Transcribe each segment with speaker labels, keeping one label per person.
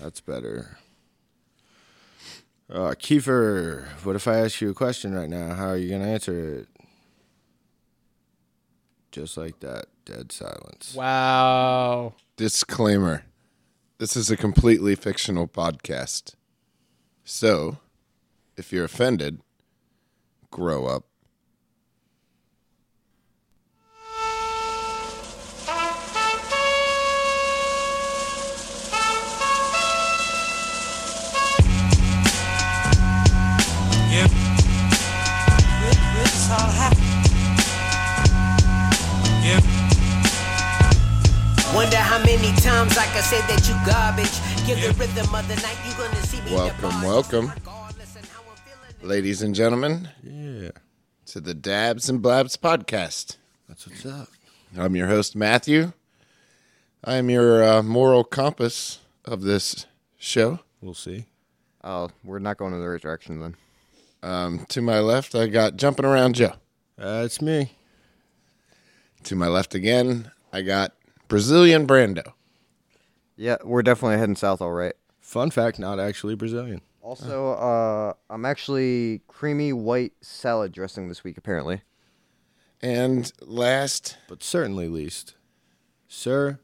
Speaker 1: that's better. Uh, Kiefer, what if I ask you a question right now? How are you going to answer it? Just like that, dead silence.
Speaker 2: Wow.
Speaker 3: Disclaimer This is a completely fictional podcast. So, if you're offended, grow up.
Speaker 4: It's all happening. Yeah.
Speaker 5: Wonder how many times I can say that you garbage. Give the rhythm of the night, you gonna see me. in the
Speaker 3: Welcome,
Speaker 5: bars.
Speaker 3: welcome.
Speaker 5: Regardless of how I'm feeling.
Speaker 3: Ladies and gentlemen,
Speaker 1: Yeah,
Speaker 3: to the Dabs and Blabs podcast.
Speaker 1: that's what's up.
Speaker 3: I'm your host, Matthew. I am your uh, moral compass of this show.
Speaker 1: We'll see.
Speaker 6: Oh, we're not going in the right direction then.
Speaker 3: Um, to my left, I got Jumping Around Joe.
Speaker 1: That's Uh, me.
Speaker 3: To my left again, I got Brazilian Brando.
Speaker 6: Yeah, we're definitely heading south, all right.
Speaker 1: Fun fact, not actually Brazilian.
Speaker 6: Also, uh, I'm actually creamy white salad dressing this week, apparently.
Speaker 3: And last,
Speaker 1: but certainly least, sir.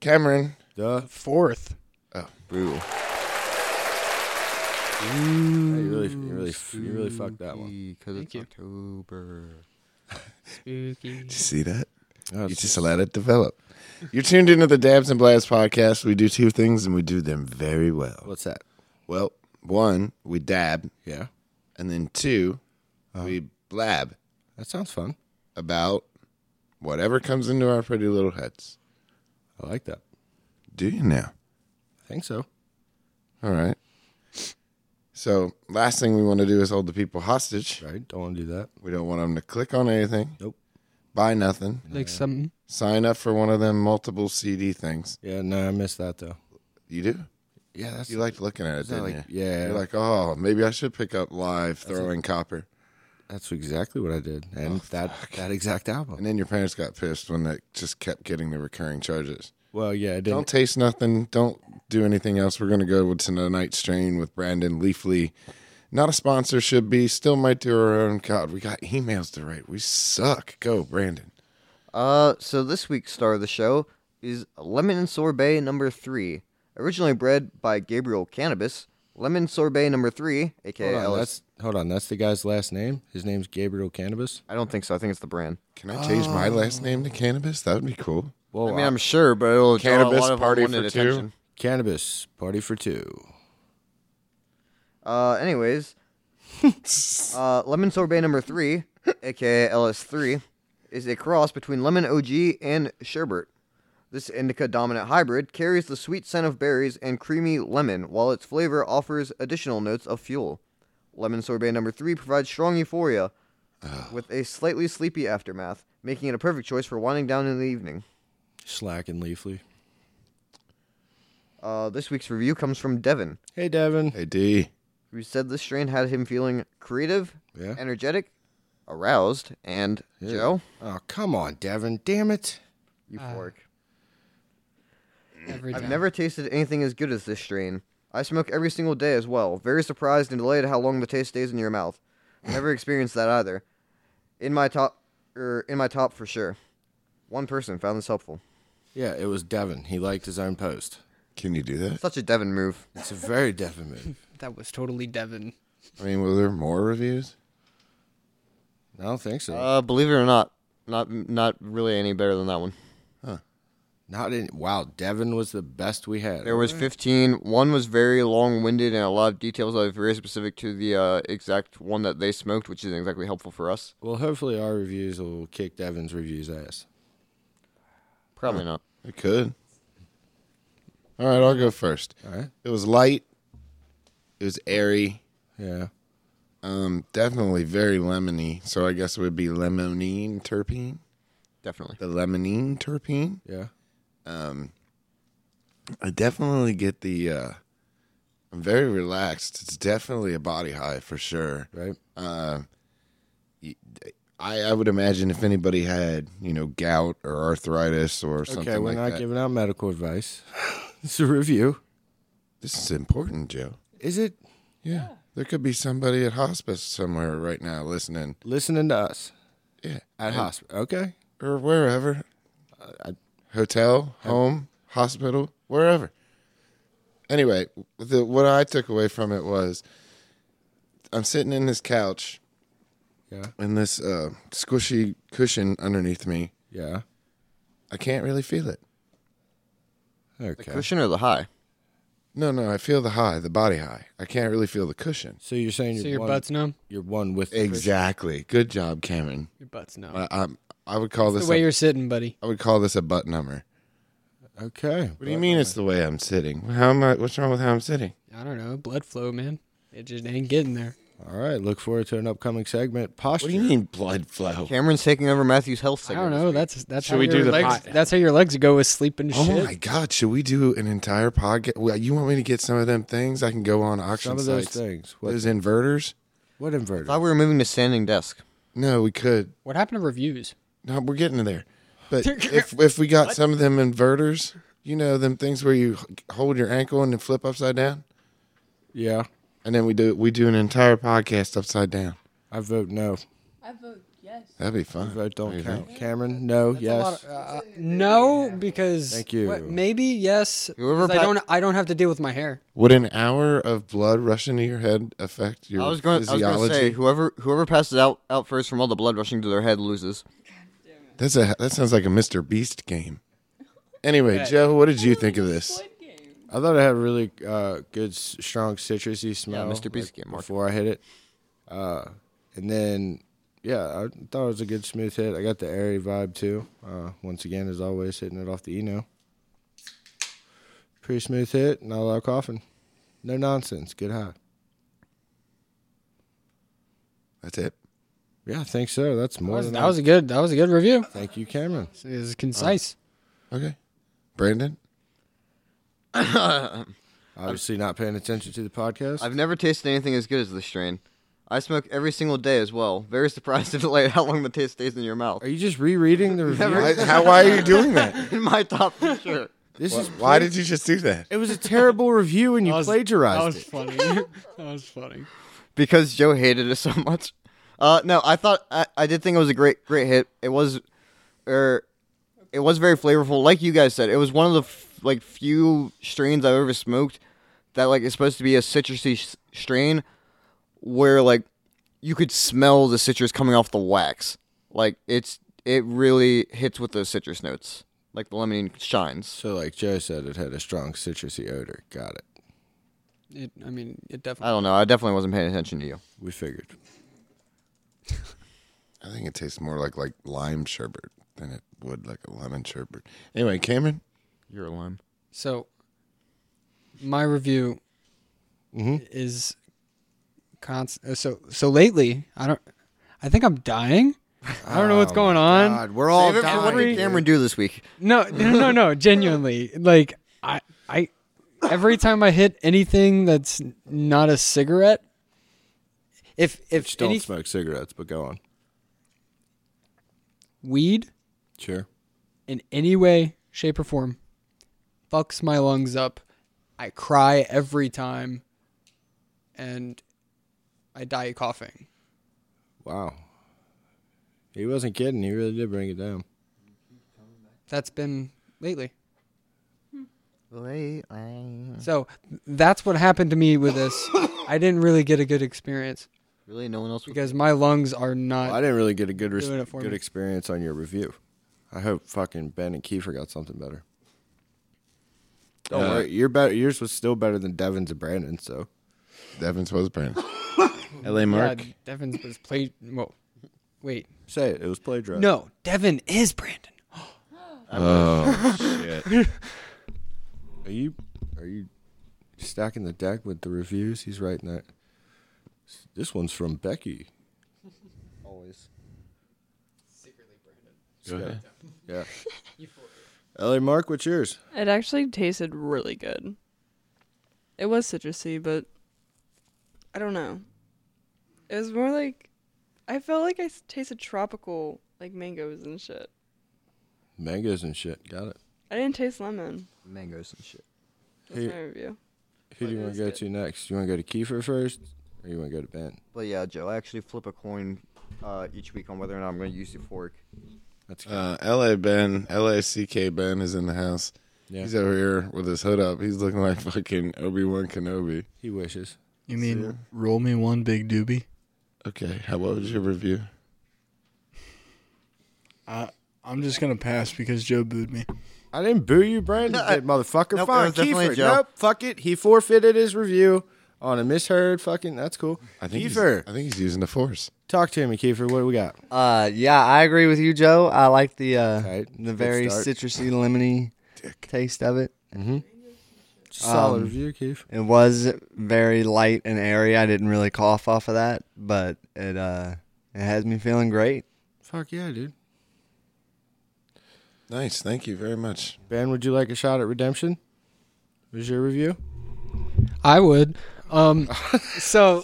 Speaker 3: Cameron.
Speaker 1: The Oh,
Speaker 2: Fourth.
Speaker 6: Boo.
Speaker 1: Hey, you really, you really, you really fucked that one.
Speaker 6: Because it's
Speaker 2: you.
Speaker 6: October.
Speaker 2: Spooky.
Speaker 3: See that?
Speaker 1: That's-
Speaker 3: You just let it develop. You're tuned into the Dabs and Blabs podcast. We do two things and we do them very well.
Speaker 1: what's that?
Speaker 3: Well, one, we dab,
Speaker 1: Yeah, Uh-huh.
Speaker 3: and then 2 we blab
Speaker 1: that sounds fun.
Speaker 3: about whatever comes into our pretty little heads.
Speaker 1: I like that.
Speaker 3: Do you now?
Speaker 1: I think so.
Speaker 3: All right. So, last thing we want to do is hold the people hostage.
Speaker 1: Right? Don't want to do that.
Speaker 3: We don't want them to click on anything.
Speaker 1: Nope.
Speaker 3: Buy nothing.
Speaker 2: Like something.
Speaker 3: Sign up for one of them multiple CD things.
Speaker 1: Yeah, no, I missed that though.
Speaker 3: You do?
Speaker 1: Yeah, that's
Speaker 3: You liked looking at it,
Speaker 1: that
Speaker 3: didn't
Speaker 1: like-
Speaker 3: you?
Speaker 1: yeah.
Speaker 3: You're like, oh, maybe I should pick up live throwing copper.
Speaker 1: that's exactly what I did, and that that exact
Speaker 3: Oh, And
Speaker 1: album.
Speaker 3: then your parents got pissed when that just kept getting the recurring charges.
Speaker 1: Well, yeah, I didn't.
Speaker 3: Don't taste nothing. Don't do anything else. We're gonna go with tonight's strain with Brandon Leafly. Not a sponsor should be. Still might do our own. God, we got emails to write. We suck. Go, Brandon.
Speaker 6: Uh, so this week's star of the show is Lemon and Sorbet number three. Originally bred by Gabriel Cannabis, Lemon Sorbet number three, aka
Speaker 1: hold on,
Speaker 6: Ellis.
Speaker 1: that's hold on. That's the guy's last name. His name's Gabriel Cannabis.
Speaker 6: I don't think so. I think it's the brand.
Speaker 3: Can I change my last name
Speaker 1: Oh.
Speaker 3: to cannabis? That would be cool.
Speaker 1: Well,
Speaker 6: I mean, I'm sure, but it'll draw a
Speaker 3: Cannabis
Speaker 6: lot of
Speaker 3: party
Speaker 6: unwanted
Speaker 3: for two?
Speaker 6: attention.
Speaker 1: cannabis party for two.
Speaker 6: Uh, anyways, uh, lemon sorbet number three, aka LS3, is a cross between lemon OG and sherbet. This indica dominant hybrid carries the sweet scent of berries and creamy lemon, while its flavor offers additional notes of fuel. Lemon sorbet number three provides strong euphoria with a slightly sleepy aftermath, making it a perfect choice for winding down in the evening.
Speaker 1: Slack and Leafly.
Speaker 6: Uh, this week's review comes from Devin.
Speaker 1: Hey, Devin.
Speaker 3: Hey D.
Speaker 6: who said this strain had him feeling creative,
Speaker 1: Yeah.
Speaker 6: energetic, aroused, and Joe
Speaker 1: Oh, come on, Devin. Damn it.
Speaker 6: euphoric.
Speaker 2: Every
Speaker 6: I've
Speaker 2: time.
Speaker 6: never tasted anything as good as this strain. I smoke every single day as well. Very surprised and delighted how long the taste stays in your mouth. Never experienced that either. In my top, er, in my top for sure. One person found this helpful.
Speaker 1: Yeah, it was Devin. He liked his own post.
Speaker 3: Can you do that?
Speaker 6: Such a Devin move.
Speaker 1: It's a very Devin move.
Speaker 2: That was totally Devin.
Speaker 3: I mean, were there more reviews?
Speaker 1: I don't think so.
Speaker 6: Uh, believe it or not, not not really any better than that one.
Speaker 1: Not in. Wow, Devin was the best we had.
Speaker 6: There was 15. One was very long-winded and a lot of details that are very specific to the uh, exact one that they smoked, which isn't exactly helpful for us.
Speaker 1: Well, hopefully our reviews will kick Devin's reviews ass.
Speaker 6: Probably not.
Speaker 3: I could. All right, I'll go first.
Speaker 1: All right.
Speaker 3: It was light. It was airy.
Speaker 1: Yeah.
Speaker 3: Um, definitely very lemony. So I guess it would be lemonine terpene.
Speaker 6: Definitely.
Speaker 3: The lemonine terpene.
Speaker 1: Yeah.
Speaker 3: I definitely get the. Uh, I'm very relaxed. It's definitely a body high for sure.
Speaker 1: Right.
Speaker 3: I, I would imagine if anybody had you know gout or arthritis or something
Speaker 1: okay, we're
Speaker 3: like
Speaker 1: not
Speaker 3: that.
Speaker 1: giving out medical advice. It's a review.
Speaker 3: This is important, Joe.
Speaker 1: Is it
Speaker 3: Yeah. There could be somebody at hospice somewhere right now listening.
Speaker 1: listening to us
Speaker 3: Yeah.
Speaker 1: at hospital? Okay.
Speaker 3: Or wherever. Hotel, home, hospital, wherever. Anyway, the, what I took away from it was I'm sitting in this couch
Speaker 1: Yeah.
Speaker 3: and this uh, squishy cushion underneath me.
Speaker 1: Yeah.
Speaker 3: I can't really feel it.
Speaker 1: Okay.
Speaker 6: Cushion or the high?
Speaker 3: No, no, I feel the high, the body high. I can't really feel the cushion.
Speaker 1: So you're saying you're
Speaker 2: So your
Speaker 1: one,
Speaker 2: butt's numb.
Speaker 1: you're one with the cushion.
Speaker 3: Exactly. Good job, Cameron.
Speaker 2: Your butt's numb.
Speaker 3: I, I'm, I would call
Speaker 2: the
Speaker 3: this
Speaker 2: way
Speaker 3: a,
Speaker 2: you're sitting, buddy.
Speaker 3: I would call this a butt number.
Speaker 1: Okay.
Speaker 3: What do you mean? It's the way I'm sitting. How am I? What's wrong with how I'm sitting?
Speaker 2: I don't know. Blood flow, man. It just ain't getting there.
Speaker 1: All right. Look forward to an upcoming segment. Posture.
Speaker 3: What do you mean blood flow?
Speaker 6: Cameron's taking over Matthew's health
Speaker 2: I
Speaker 6: segment.
Speaker 2: don't know. That's that's
Speaker 7: Should
Speaker 2: how
Speaker 7: we
Speaker 2: your
Speaker 7: do the
Speaker 2: legs.
Speaker 7: pot?
Speaker 2: That's how your legs go with sleeping
Speaker 3: Oh
Speaker 2: shit.
Speaker 3: my god! Should we do an entire podcast? Well, you want me to get some of them things? I can go on auction
Speaker 1: Some of those
Speaker 3: sites.
Speaker 1: things. What,
Speaker 3: Those inverters?
Speaker 1: what
Speaker 6: I
Speaker 1: inverter?
Speaker 6: thought we were moving to standing desk.
Speaker 3: No, we could.
Speaker 2: What happened to reviews?
Speaker 3: No, we're getting there. But if if we got some of them inverters, you know, them things where you h- hold your ankle and then flip upside down,
Speaker 1: yeah.
Speaker 3: and then we do we do an entire podcast upside down.
Speaker 1: I vote no.
Speaker 8: I vote yes.
Speaker 3: That'd be fun.
Speaker 1: Vote
Speaker 3: What do
Speaker 1: don't
Speaker 3: you
Speaker 1: count.
Speaker 3: think?
Speaker 1: Cameron, no.
Speaker 2: A
Speaker 1: yes.
Speaker 2: lot of- uh, no, because
Speaker 1: Thank you.
Speaker 2: maybe yes.
Speaker 6: Whoever
Speaker 2: 'cause I
Speaker 6: pa-
Speaker 2: don't. I don't have to deal with my hair.
Speaker 3: Would an hour of blood rushing to your head affect your
Speaker 6: I was going. I was
Speaker 3: physiology?
Speaker 6: going to say whoever whoever passes out out first from all the blood rushing to their head loses.
Speaker 3: That's a that sounds like a Mr. Beast game. Anyway, Joe, what did you think of this?
Speaker 8: Squid Game.
Speaker 1: I thought it had a really uh, good, s- strong citrusy smell.
Speaker 6: Mr. Beast
Speaker 1: like,
Speaker 6: game, Mark.
Speaker 1: Before I hit it, uh, and then yeah, I thought it was a good smooth hit. I got the airy vibe too. Uh, once again, as always, hitting it off the eno. Pretty smooth hit. Not a lot of coughing. No nonsense. Good high.
Speaker 3: That's it.
Speaker 1: Yeah, I think so. That's
Speaker 2: That
Speaker 1: more
Speaker 2: was,
Speaker 1: than
Speaker 2: that was a good. That was a good review.
Speaker 1: Thank you, Cameron.
Speaker 2: It was concise.
Speaker 3: Okay. Brandon?
Speaker 1: Obviously, not paying attention to the podcast.
Speaker 6: I've never tasted anything as good as this strain. I smoke every single day as well. Very surprised at like how long the taste stays in your mouth.
Speaker 1: Are you just rereading the review?
Speaker 3: Why, how, why are you doing that?
Speaker 6: In my top for sure.
Speaker 1: This is
Speaker 3: Why did you just do that?
Speaker 1: It was a terrible review, and you plagiarized
Speaker 2: That was
Speaker 1: it.
Speaker 2: funny. that was funny.
Speaker 6: because Joe hated it so much. Uh, no, I thought I, I did think it was a great great hit. It was, er, it was very flavorful. Like you guys said, it was one of the f- like few strains I've ever smoked that like is supposed to be a citrusy s- strain, where like you could smell the citrus coming off the wax. Like it's it really hits with those citrus notes. Like the lemon shines.
Speaker 1: So, like Joe said, it had a strong citrusy odor. Got it.
Speaker 2: It, I mean, it
Speaker 6: I
Speaker 2: definitely.
Speaker 6: don't know. I definitely wasn't paying attention to you.
Speaker 1: We figured.
Speaker 3: I think it tastes more like like lime sherbet than it would like a lemon sherbet. Anyway, Cameron?
Speaker 6: You're a lime.
Speaker 2: So, my review is constant. So, so lately, I don't. I think I'm dying. I don't know what's going on.
Speaker 1: God, we're all
Speaker 6: What
Speaker 1: dying.
Speaker 6: did Cameron do this week?
Speaker 2: No, no, no, no. Genuinely, like I, I, every time I hit anything that's not a cigarette, if if
Speaker 1: Just don't
Speaker 2: any
Speaker 1: smoke cigarettes, but go on.
Speaker 2: weed
Speaker 1: Sure.
Speaker 2: in any way, shape, or form fucks my lungs up, I cry every time, and I die coughing.
Speaker 1: Wow. He wasn't kidding. He really did bring it down.
Speaker 2: That's been lately.
Speaker 6: Late,
Speaker 2: So that's what happened to me with this. I didn't really get a good experience
Speaker 6: Really, no one else would.
Speaker 2: because my lungs are not.
Speaker 1: Well, I didn't really get a good res-
Speaker 2: Doing it for
Speaker 1: good
Speaker 2: me.
Speaker 1: experience on your review. I hope fucking Ben and Kiefer got something better. Don't
Speaker 3: Uh,
Speaker 1: worry, your better. Yours was still better than Devin's and Brandon. So
Speaker 3: Devin's was Brandon. LA Mark?
Speaker 2: God, Devin was played. Well, wait.
Speaker 1: say it. It was plagiarized.
Speaker 2: No, Devin is Brandon.
Speaker 1: Are you are you stacking the deck with the reviews? He's writing that. This one's from Becky. Always. Secretly Brandon. Yeah. LA Mark, what's yours?
Speaker 8: It actually tasted really good. It was citrusy, but I don't know. It was more like I felt like I s- tasted tropical, like mangoes and shit.
Speaker 1: Mangoes and shit. Got it.
Speaker 8: I didn't taste lemon.
Speaker 6: Mangoes and shit.
Speaker 8: That's
Speaker 1: Here-
Speaker 8: my review.
Speaker 1: Who do you
Speaker 8: It
Speaker 1: want
Speaker 8: was
Speaker 1: to go
Speaker 8: good.
Speaker 1: to next? You want to go to Kiefer first, or you want to go to Ben?
Speaker 9: But yeah, Joe, I actually flip a coin uh, each week on whether or not I'm going to use the fork.
Speaker 1: That's good.
Speaker 3: Uh, LA Ben, LACK Ben is in the house.
Speaker 1: yeah.
Speaker 3: He's over here with his hood up. He's looking like fucking Obi Wan Kenobi.
Speaker 1: he wishes.
Speaker 2: You
Speaker 3: mean,
Speaker 2: mean
Speaker 3: So-
Speaker 2: roll me one big doobie?
Speaker 3: Okay, how what was your review?
Speaker 10: I'm just gonna pass because Joe booed me.
Speaker 1: I didn't boo you, Brandon.
Speaker 9: No, I-
Speaker 1: did, motherfucker.
Speaker 9: Nope, it
Speaker 1: Fine,
Speaker 9: was definitely
Speaker 1: Kiefer.
Speaker 9: Joe.
Speaker 1: Nope, fuck it. He forfeited his review on a misheard. Fucking, that's cool.
Speaker 3: I think he's-
Speaker 1: Kiefer,
Speaker 3: I think he's using the force.
Speaker 1: talk to me, Kiefer. What do we got?
Speaker 6: Uh, yeah, I agree with you, Joe. I like the uh,
Speaker 1: right,
Speaker 6: the
Speaker 1: good
Speaker 6: very
Speaker 1: start.
Speaker 6: citrusy, lemony taste of it.
Speaker 1: Solid review, Kiefer.
Speaker 6: It was very light and airy. I didn't really cough off of that, but it uh, it has me feeling great.
Speaker 1: Fuck yeah, dude.
Speaker 3: Nice, thank you very much.
Speaker 1: Ben, would you like a shot at redemption? Was your review?
Speaker 2: I would. Um, so,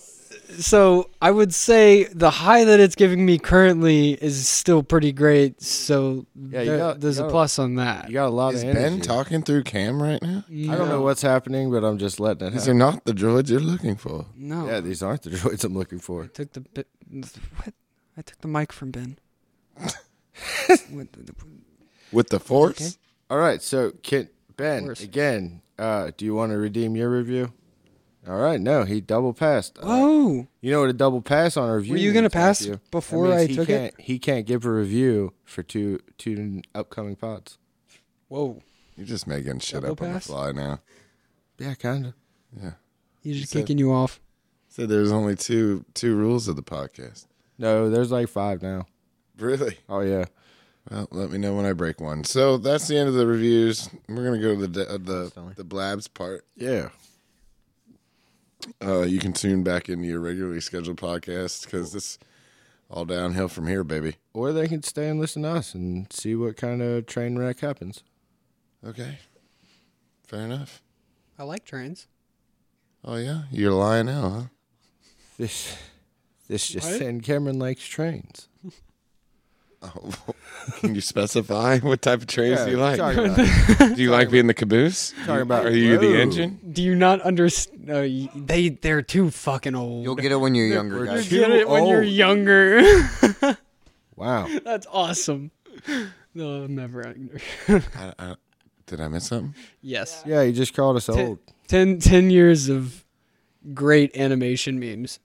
Speaker 2: so I would say the high that it's giving me currently is still pretty great. So
Speaker 1: you
Speaker 2: there-
Speaker 1: got-
Speaker 2: there's
Speaker 1: you
Speaker 2: a
Speaker 1: got-
Speaker 2: plus on that.
Speaker 1: You got a lot
Speaker 3: Is
Speaker 1: of energy.
Speaker 3: Ben talking through Cam right now?
Speaker 1: I don't know what's happening, but I'm just letting it
Speaker 3: These
Speaker 1: happen.
Speaker 3: are not the droids you're looking for.
Speaker 2: No,
Speaker 1: Yeah, these aren't the droids I'm looking for.
Speaker 2: I took the bi- what? I took the mic from Ben. What the-
Speaker 3: With the force?
Speaker 1: All right, so Kit Ben
Speaker 2: course.
Speaker 1: again. Uh, do you want to redeem your review? All right, no, he double passed. Uh,
Speaker 2: Whoa!
Speaker 1: you know what a double pass on a review?
Speaker 2: Were you gonna
Speaker 1: means,
Speaker 2: pass
Speaker 1: Matthew? That
Speaker 2: before
Speaker 1: means
Speaker 2: I
Speaker 1: he
Speaker 2: took it?
Speaker 1: can't, He can't give a review for two two upcoming pods.
Speaker 2: Whoa!
Speaker 3: You're just making shit
Speaker 2: Double
Speaker 3: up on the
Speaker 2: pass?
Speaker 3: fly now.
Speaker 1: Yeah, kind of.
Speaker 3: Yeah.
Speaker 2: He's just
Speaker 3: said-
Speaker 2: kicking you off.
Speaker 3: So there's only two two rules of the podcast.
Speaker 1: No, there's like five now.
Speaker 3: Really?
Speaker 1: Oh yeah,
Speaker 3: Well, let me know when I break one. So that's the end of the reviews. We're gonna go to the de- uh, the the blabs part.
Speaker 1: yeah.
Speaker 3: Uh, you can tune back into your regularly scheduled podcast because it's all downhill from here, baby.
Speaker 1: Or they can stay and listen to us and see what kind of train wreck happens.
Speaker 3: Okay, fair enough.
Speaker 2: I like trains. oh
Speaker 3: Oh yeah, you're lying now, huh?
Speaker 1: This this just
Speaker 2: What?
Speaker 1: and Cameron likes trains.
Speaker 3: Oh, can you specify what type of trains
Speaker 1: Yeah,
Speaker 3: do you like?
Speaker 1: Sorry about that.
Speaker 3: do you like being the caboose?
Speaker 1: Sorry about-
Speaker 3: Are you
Speaker 1: Whoa.
Speaker 3: the engine?
Speaker 2: Do you not understand? No, y- they they're too fucking old.
Speaker 9: You'll get it when you're younger,
Speaker 1: We're
Speaker 9: guys.
Speaker 1: too
Speaker 2: get it when you're
Speaker 1: old.
Speaker 2: younger.
Speaker 1: Wow.
Speaker 2: That's awesome. No, I'm never. under-
Speaker 3: I, I, did I miss something?
Speaker 2: yes.
Speaker 1: Yeah, you just called us
Speaker 2: Ten-
Speaker 1: old.
Speaker 2: Ten, ten years of great animation memes.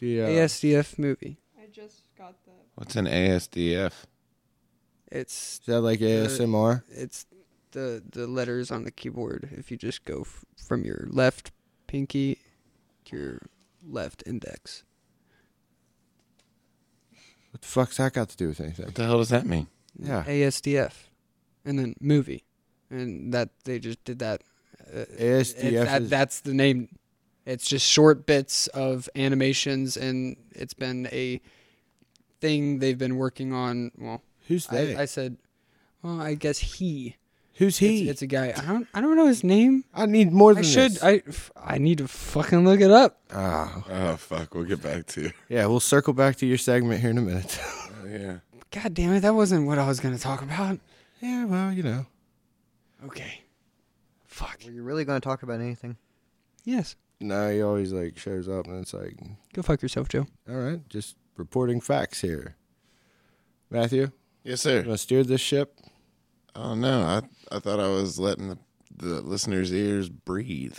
Speaker 1: The, uh,
Speaker 2: ASDF movie.
Speaker 8: I just got that.
Speaker 3: What's an ASDF?
Speaker 2: It's
Speaker 1: Is that like ASMR?
Speaker 2: it's the the letters on the keyboard. If you just go f- from your left pinky to your left index,
Speaker 1: What the fuck's that got to do with anything?
Speaker 3: What the hell does that mean?
Speaker 1: Yeah.
Speaker 2: ASDF, and then movie, and that they just did that. Uh,
Speaker 1: ASDF
Speaker 2: it- that,
Speaker 1: is-
Speaker 2: that's the name. It's just short bits of animations, and it's been a thing they've been working on. Well,
Speaker 1: Who's
Speaker 2: I,
Speaker 1: they?
Speaker 2: I said, well, I guess he.
Speaker 1: Who's
Speaker 2: It's,
Speaker 1: he?
Speaker 2: it's a guy. I don't. I don't know his name.
Speaker 1: I need more than
Speaker 2: I should.
Speaker 1: this.
Speaker 2: I. f- I need to fucking look it up.
Speaker 1: Ah,
Speaker 3: Oh fuck, we'll get back to you.
Speaker 1: yeah, we'll circle back to your segment here in a minute.
Speaker 3: Oh, yeah.
Speaker 2: God damn it! That wasn't what I was gonna talk about.
Speaker 1: yeah, well, you know.
Speaker 2: Okay. Fuck.
Speaker 9: Were you really going to talk about anything?
Speaker 2: Yes.
Speaker 1: No, he always like shows up and it's like,
Speaker 2: Go fuck yourself, Joe.
Speaker 1: all right, just reporting facts here. Matthew,
Speaker 3: Yes,
Speaker 1: you
Speaker 3: sir.
Speaker 1: want to steer this ship?
Speaker 3: Oh no, I I thought I was letting the, the listeners' ears breathe.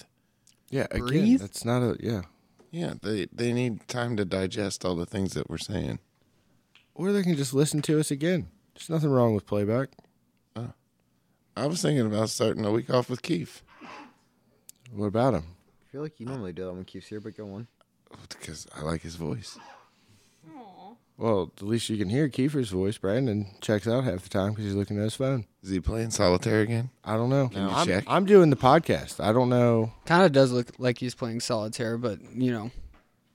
Speaker 1: Yeah, again,
Speaker 2: Breathe?
Speaker 1: that's not a yeah.
Speaker 3: Yeah, they they need time to digest all the things that we're saying.
Speaker 1: Or they can just listen to us again. There's nothing wrong with playback.
Speaker 3: I was thinking about starting a week off with Keith
Speaker 1: What about him?
Speaker 9: I feel like you normally do that when Keith's here, but go on.
Speaker 3: because Oh, I like his voice.
Speaker 1: Well, at least you can hear Kiefer's voice. Brandon checks out half the time because he's looking at his phone.
Speaker 3: Is he playing solitaire again?
Speaker 1: I don't know.
Speaker 3: Can you
Speaker 1: I'm,
Speaker 3: check?
Speaker 1: I'm doing the podcast. I don't know.
Speaker 2: Kind of does look like he's playing solitaire, but you know,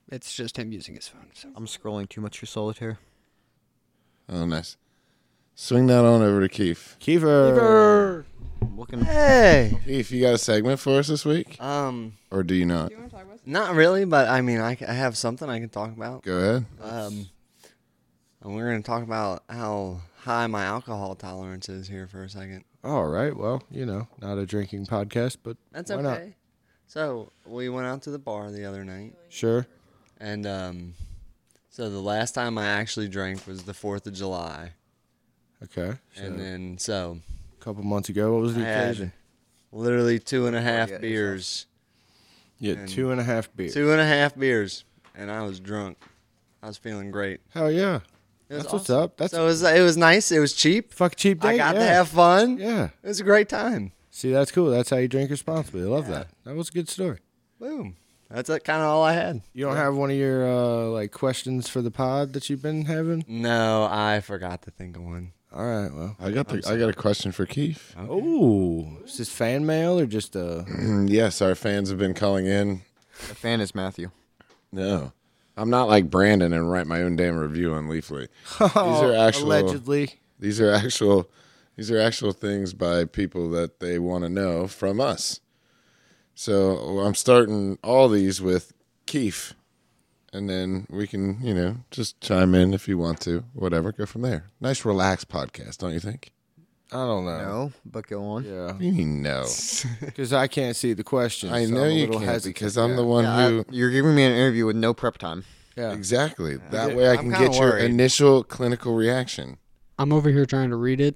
Speaker 2: it's just him using his phone. So.
Speaker 9: I'm scrolling too much for solitaire.
Speaker 3: Oh, nice. Swing that on over to Keith.
Speaker 1: Kiefer.
Speaker 9: I'm looking.
Speaker 6: Hey,
Speaker 3: Keith, you got a segment for us this week,
Speaker 6: um,
Speaker 3: or do you not?
Speaker 8: Do you want to talk about something?
Speaker 6: not really, but I mean, I, c- I have something I can talk about.
Speaker 3: Go ahead.
Speaker 6: Um, and we're gonna talk about how high my alcohol tolerance is here for a second.
Speaker 1: All right. Well, you know, not a drinking podcast, but
Speaker 6: That's
Speaker 1: why
Speaker 6: okay.
Speaker 1: not?
Speaker 6: So we went out to the bar the other night,
Speaker 1: Sure.
Speaker 6: and um, so the last time I actually drank was the Fourth of July,
Speaker 1: Okay. So
Speaker 6: and then so
Speaker 1: a couple months ago, what was
Speaker 6: I
Speaker 1: the
Speaker 6: had
Speaker 1: occasion?
Speaker 6: literally two
Speaker 1: Oh,
Speaker 6: and a half
Speaker 9: Forget yourself.
Speaker 6: beers,
Speaker 1: Yeah,
Speaker 6: and-
Speaker 1: two and a half beers.
Speaker 6: two and a half beers, and I was drunk. I was feeling great.
Speaker 1: Hell yeah.
Speaker 6: It was
Speaker 1: That's what's
Speaker 6: awesome.
Speaker 1: up. That's
Speaker 6: so it was it was nice. It was cheap.
Speaker 1: fuck cheap date.
Speaker 6: I got
Speaker 1: yeah.
Speaker 6: to have fun.
Speaker 1: Yeah.
Speaker 6: It was a great time.
Speaker 1: See, that's cool. That's how you drink responsibly. I love that. That was a good story.
Speaker 6: Boom. That's kind of all I had.
Speaker 1: You don't have one of your uh, like questions for the pod that you've been having?
Speaker 6: No, I forgot to think of one.
Speaker 1: All right. Well.
Speaker 3: I got the, I got a question for Keith.
Speaker 1: Oh, is this fan mail or just uh?
Speaker 3: yes, our fans have been calling in.
Speaker 9: The fan is Matthew.
Speaker 3: No, I'm not like Brandon and write my own damn review on Leafly. these are actual.
Speaker 1: allegedly.
Speaker 3: These are actual. These are actual things by people that they want to know from us. So I'm starting all these with Keith, and then we can you know just chime in if you want to, whatever. Go from there. Nice relaxed podcast, don't you think?
Speaker 1: I don't know.
Speaker 9: No, but go on.
Speaker 1: Yeah,
Speaker 3: What do You mean no.
Speaker 1: because I can't see the question.
Speaker 3: I
Speaker 1: so
Speaker 3: know
Speaker 1: I'm a
Speaker 3: you
Speaker 1: little
Speaker 3: can't
Speaker 1: hesitant.
Speaker 3: because I'm
Speaker 1: yeah.
Speaker 3: the one
Speaker 9: Yeah,
Speaker 3: who.
Speaker 9: I- you're giving me an interview with no prep time.
Speaker 1: Yeah.
Speaker 3: Exactly. That way I
Speaker 6: I'm
Speaker 3: can
Speaker 6: kinda
Speaker 3: get your
Speaker 6: worried.
Speaker 3: initial clinical reaction.
Speaker 2: I'm over here trying to read it.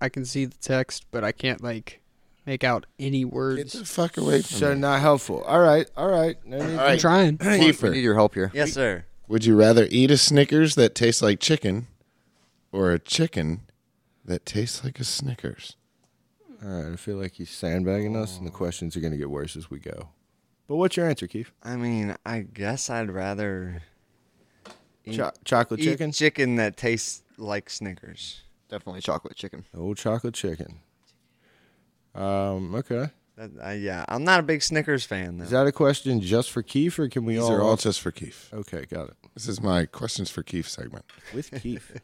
Speaker 2: I can see the text, but I can't like make out any
Speaker 3: Get
Speaker 2: words.
Speaker 3: the fuck away from
Speaker 1: So
Speaker 3: me.
Speaker 1: not helpful. All right. All right. No need-
Speaker 3: All
Speaker 2: I'm
Speaker 3: right,
Speaker 2: trying.
Speaker 9: We need
Speaker 3: Kiefer,
Speaker 9: your help here.
Speaker 6: Yes, sir.
Speaker 3: would you rather eat a Snickers that tastes like chicken or a chicken that tastes like a Snickers?
Speaker 1: All right. I feel like he's sandbagging us, and the questions are going to get worse as we go. But what's your answer, Keith?
Speaker 6: I mean, I guess I'd rather eat,
Speaker 1: Cho- chocolate
Speaker 6: eat
Speaker 1: chicken.
Speaker 6: chicken? that tastes like Snickers.
Speaker 9: Definitely chocolate chicken.
Speaker 1: Old chocolate chicken. Um. Okay.
Speaker 6: That, I, yeah, I'm not a big Snickers fan
Speaker 1: Is
Speaker 6: though.
Speaker 1: that a question just for Keith, or can we
Speaker 3: These
Speaker 1: all?
Speaker 3: are all just for Keith.
Speaker 1: okay. Got it.
Speaker 3: This is my questions for Keith segment.
Speaker 1: With Keith.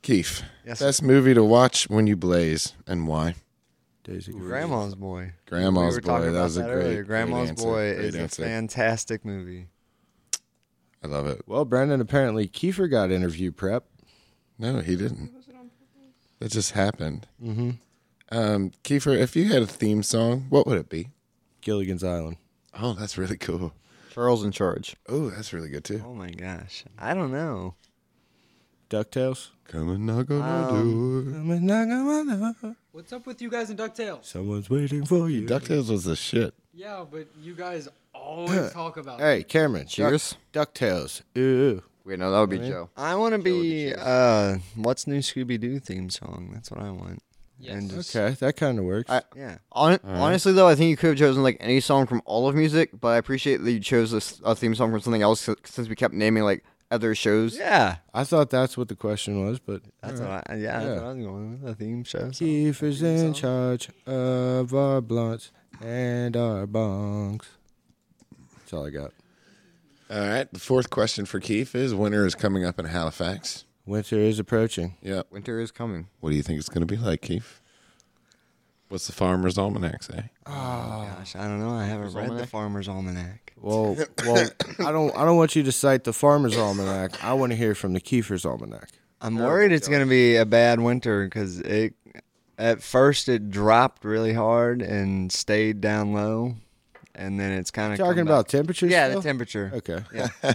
Speaker 3: Keith,
Speaker 6: Yes,
Speaker 3: best movie to watch when you blaze and why?
Speaker 1: Daisy. Grusel.
Speaker 6: Grandma's Boy.
Speaker 3: Grandma's
Speaker 6: we were
Speaker 3: Boy.
Speaker 6: Talking
Speaker 3: That
Speaker 6: about
Speaker 3: was a
Speaker 6: that
Speaker 3: great,
Speaker 6: earlier.
Speaker 3: great
Speaker 6: Grandma's
Speaker 3: answer.
Speaker 6: Boy
Speaker 3: Great
Speaker 6: is
Speaker 3: answer.
Speaker 6: a fantastic movie.
Speaker 3: I love it.
Speaker 1: Well, Brandon, apparently Kiefer got interview prep.
Speaker 3: No, he didn't. That just happened. Mm-hmm. Um, Kiefer, if you had a theme song, what would it be?
Speaker 1: Gilligan's Island.
Speaker 3: Oh, that's really cool.
Speaker 9: Charles in charge.
Speaker 3: Oh, that's really good too.
Speaker 6: Oh my gosh, I don't know.
Speaker 1: DuckTales.
Speaker 3: Come and knock on
Speaker 6: Um,
Speaker 3: the door.
Speaker 1: I'm a knock on my door.
Speaker 2: What's up with you guys in Ducktales?
Speaker 1: Someone's waiting for you.
Speaker 3: Ducktales was the shit.
Speaker 2: Yeah, but you guys always talk about.
Speaker 1: Hey, Cameron.
Speaker 9: Cheers.
Speaker 1: Duck, DuckTales. Ooh.
Speaker 9: Wait, no, that would be Joe.
Speaker 6: I want to be uh, what's new Scooby Doo theme song? That's what I want. And just,
Speaker 1: Okay, that kind of works.
Speaker 9: I-
Speaker 6: Yeah.
Speaker 9: Hon- Honestly, though, I think you could have chosen like any song from all of music, but I appreciate that you chose this a theme song from something else si- since we kept naming like other shows.
Speaker 6: Yeah.
Speaker 1: I thought that's what the question was, but
Speaker 6: That's what I, yeah,
Speaker 1: Yeah.
Speaker 6: that's what I'm going with. The theme show. song.
Speaker 1: Kiefer's in charge of our blunts and our bongs. That's all I got.
Speaker 3: All right. The fourth question for Keith is winter is coming up in Halifax.
Speaker 1: Winter is approaching.
Speaker 3: Yeah.
Speaker 9: Winter is coming.
Speaker 3: What do you think it's going to be like, Keith? What's the farmer's eh? almanac say?
Speaker 6: Oh Gosh, I don't know. I haven't read the Farmer's Almanac.
Speaker 1: Well, well, I don't, I don't want you to cite the farmer's almanac. I want to hear from the Kiefer's almanac.
Speaker 6: I'm worried it's going to be a bad winter because it, at first, it dropped really hard and stayed down low, and then it's kind of
Speaker 1: Talking about temperatures.
Speaker 6: yeah,
Speaker 1: still?
Speaker 6: the temperature.
Speaker 1: Okay.
Speaker 6: Yeah.
Speaker 1: I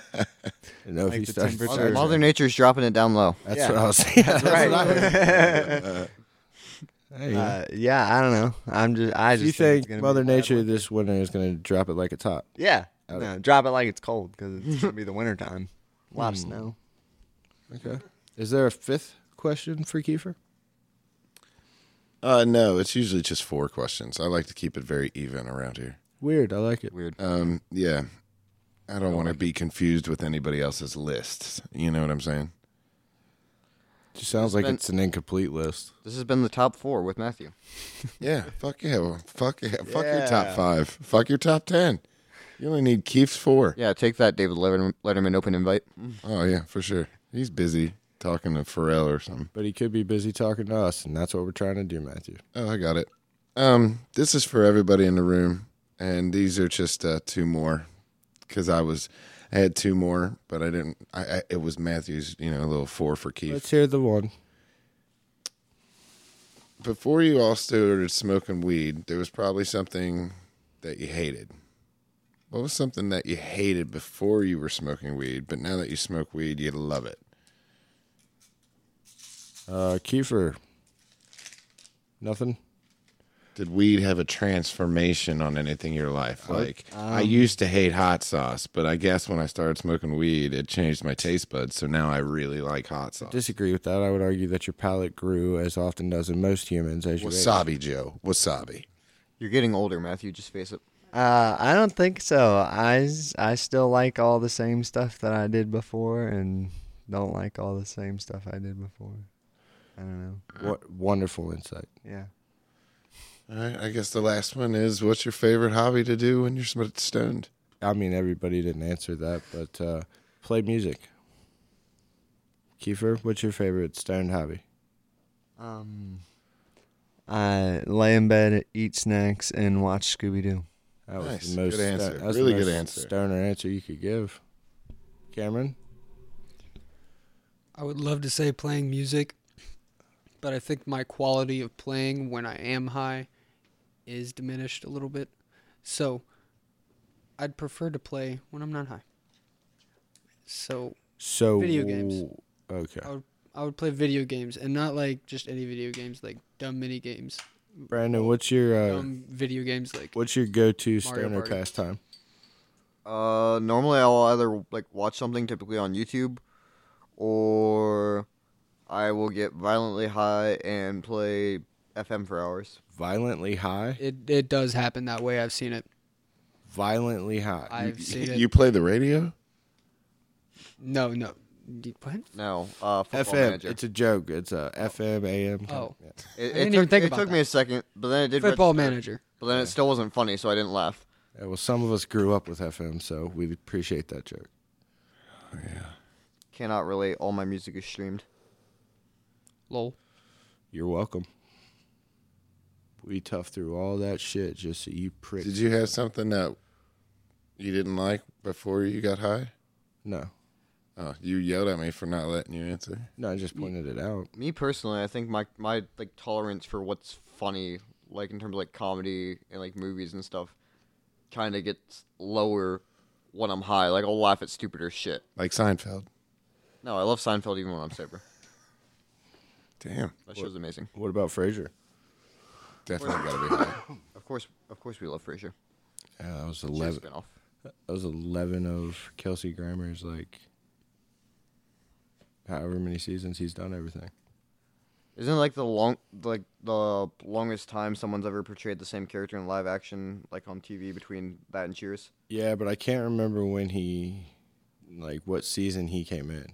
Speaker 1: know if
Speaker 6: Like
Speaker 1: he
Speaker 6: the
Speaker 1: started-
Speaker 6: temperature.
Speaker 9: Mother,
Speaker 6: Sure.
Speaker 9: Mother Nature's dropping it down low.
Speaker 1: That's
Speaker 6: Yeah.
Speaker 1: what I was saying. That's
Speaker 6: Right.
Speaker 1: what I heard. Hey,
Speaker 6: Uh, yeah, I don't know. I'm just. I
Speaker 1: do
Speaker 6: just
Speaker 1: you think
Speaker 6: it's gonna be
Speaker 1: Mother
Speaker 6: a bad
Speaker 1: Nature
Speaker 6: one.
Speaker 1: this winter is going to drop it like it's hot?
Speaker 6: Yeah. No, drop it like it's cold because it's gonna be the winter time. Hmm. A lot of snow.
Speaker 1: Okay. Is there a fifth question for Kiefer?
Speaker 3: Uh, no, it's usually just four questions. I like to keep it very even around here.
Speaker 1: Weird. I like it.
Speaker 9: Weird.
Speaker 3: Um, yeah. I don't want to be confused with anybody else's lists. You know what I'm saying?
Speaker 1: Just sounds like
Speaker 9: been-
Speaker 1: it's an incomplete list.
Speaker 9: This has been the top four with Matthew.
Speaker 3: Yeah, fuck yeah, well, fuck yeah, fuck your top
Speaker 6: Yeah.
Speaker 3: five, fuck your top ten. You only need Keith's four.
Speaker 9: Yeah, take that, David Letterman, Letterman open invite.
Speaker 3: Oh yeah, for sure. He's busy talking to Pharrell or something.
Speaker 1: But he could be busy talking to us, and that's what we're trying to do, Matthew.
Speaker 3: Oh, I got it. Um, this is for everybody in the room, and these are just uh, two more because I was, I had two more, but I didn't. I, I it was Matthew's, you know, little four for Keith.
Speaker 1: Let's hear the one.
Speaker 3: before you all started smoking weed, there was probably something that you hated. What was something that you hated before you were smoking weed, but now that you smoke weed, you love it?
Speaker 1: Uh, Kiefer. Nothing.
Speaker 3: Did weed have a transformation on anything in your life? Like, I used to hate hot sauce, but I guess when I started smoking weed, it changed my taste buds. So now I really like hot sauce.
Speaker 1: Disagree with that. I would argue that your palate grew as often does in most humans as you age.
Speaker 3: Wasabi, Joe. Wasabi.
Speaker 9: You're getting older, Matthew. Just face it.
Speaker 6: Uh, I don't think so. I, s- I still like all the same stuff that I did before and don't like all the same stuff I did before. I don't know.
Speaker 1: What wonderful insight.
Speaker 6: Yeah.
Speaker 3: All right. I guess the last one is what's your favorite hobby to do when you're sm- stoned?
Speaker 1: I mean, everybody didn't answer that, but uh, play music. Kiefer, what's your favorite stone hobby?
Speaker 6: Um, I lay in bed, eat snacks, and watch Scooby Doo.
Speaker 1: That was
Speaker 3: Nice.
Speaker 1: the most
Speaker 3: Good answer.
Speaker 1: sto- that was
Speaker 3: Really
Speaker 1: the
Speaker 3: good
Speaker 1: most
Speaker 3: answer.
Speaker 1: Stoner answer you could give. Cameron,
Speaker 2: I would love to say playing music, but I think my quality of playing when I am high is diminished a little bit. So I'd prefer to play when I'm not high. So
Speaker 1: so
Speaker 2: Video games. Um,
Speaker 1: Okay,
Speaker 2: I would, I would play video games and not like just any video games, like dumb mini games,
Speaker 1: Brandon, what's your uh,
Speaker 2: dumb video games like
Speaker 1: what's your go-to
Speaker 2: um, Mario
Speaker 1: stoner
Speaker 2: Party.
Speaker 1: pastime?
Speaker 9: Uh, normally I'll either like watch something typically on YouTube, or I will get violently high and play FM for hours.
Speaker 1: Violently high,
Speaker 2: it. It does happen that way. I've seen it.
Speaker 1: violently high.
Speaker 2: I've seen it.
Speaker 3: You play the radio?
Speaker 2: no, no. You- What?
Speaker 9: No, uh,
Speaker 1: FM.
Speaker 9: football manager.
Speaker 1: It's a joke. It's a FM AM. kind of-
Speaker 2: Oh.
Speaker 1: yeah.
Speaker 9: it, it
Speaker 2: didn't
Speaker 9: took,
Speaker 2: even think
Speaker 9: it
Speaker 2: about
Speaker 9: took me
Speaker 2: that.
Speaker 9: a second, but then it did.
Speaker 2: Football
Speaker 9: register.
Speaker 2: manager.
Speaker 9: But then it still wasn't funny, so I didn't laugh.
Speaker 1: Yeah, Uh, well, some of us grew up with FM, so we appreciate that joke.
Speaker 9: Cannot relate. All my music is streamed.
Speaker 2: Lol.
Speaker 1: You're welcome. We tough through all that shit just so you prick.
Speaker 3: Did you have something that you didn't like before you got high?
Speaker 1: No,
Speaker 3: Oh, you yelled at me for not letting you answer.
Speaker 1: no, I just pointed it out.
Speaker 9: Me personally, I think my my like tolerance for what's funny, like in terms of like comedy and like movies and stuff, kind of gets lower when I'm high. Like I'll laugh at stupider shit.
Speaker 3: Like Seinfeld.
Speaker 9: No, I love Seinfeld even when I'm sober.
Speaker 3: Damn.
Speaker 9: That show's amazing.
Speaker 1: What about Frasier?
Speaker 3: Definitely gotta be high.
Speaker 9: Of course, of course, we love Frasier.
Speaker 1: Yeah, that Uh, was
Speaker 9: Cheers
Speaker 1: eleven.
Speaker 9: spinoff.
Speaker 1: That was eleven of Kelsey Grammer's like, however many seasons he's done everything.
Speaker 9: Isn't it like the long, like the longest time someone's ever portrayed the same character in live action, like on TV, between that and Cheers?
Speaker 1: Yeah, but I can't remember when he, like, what season he came in.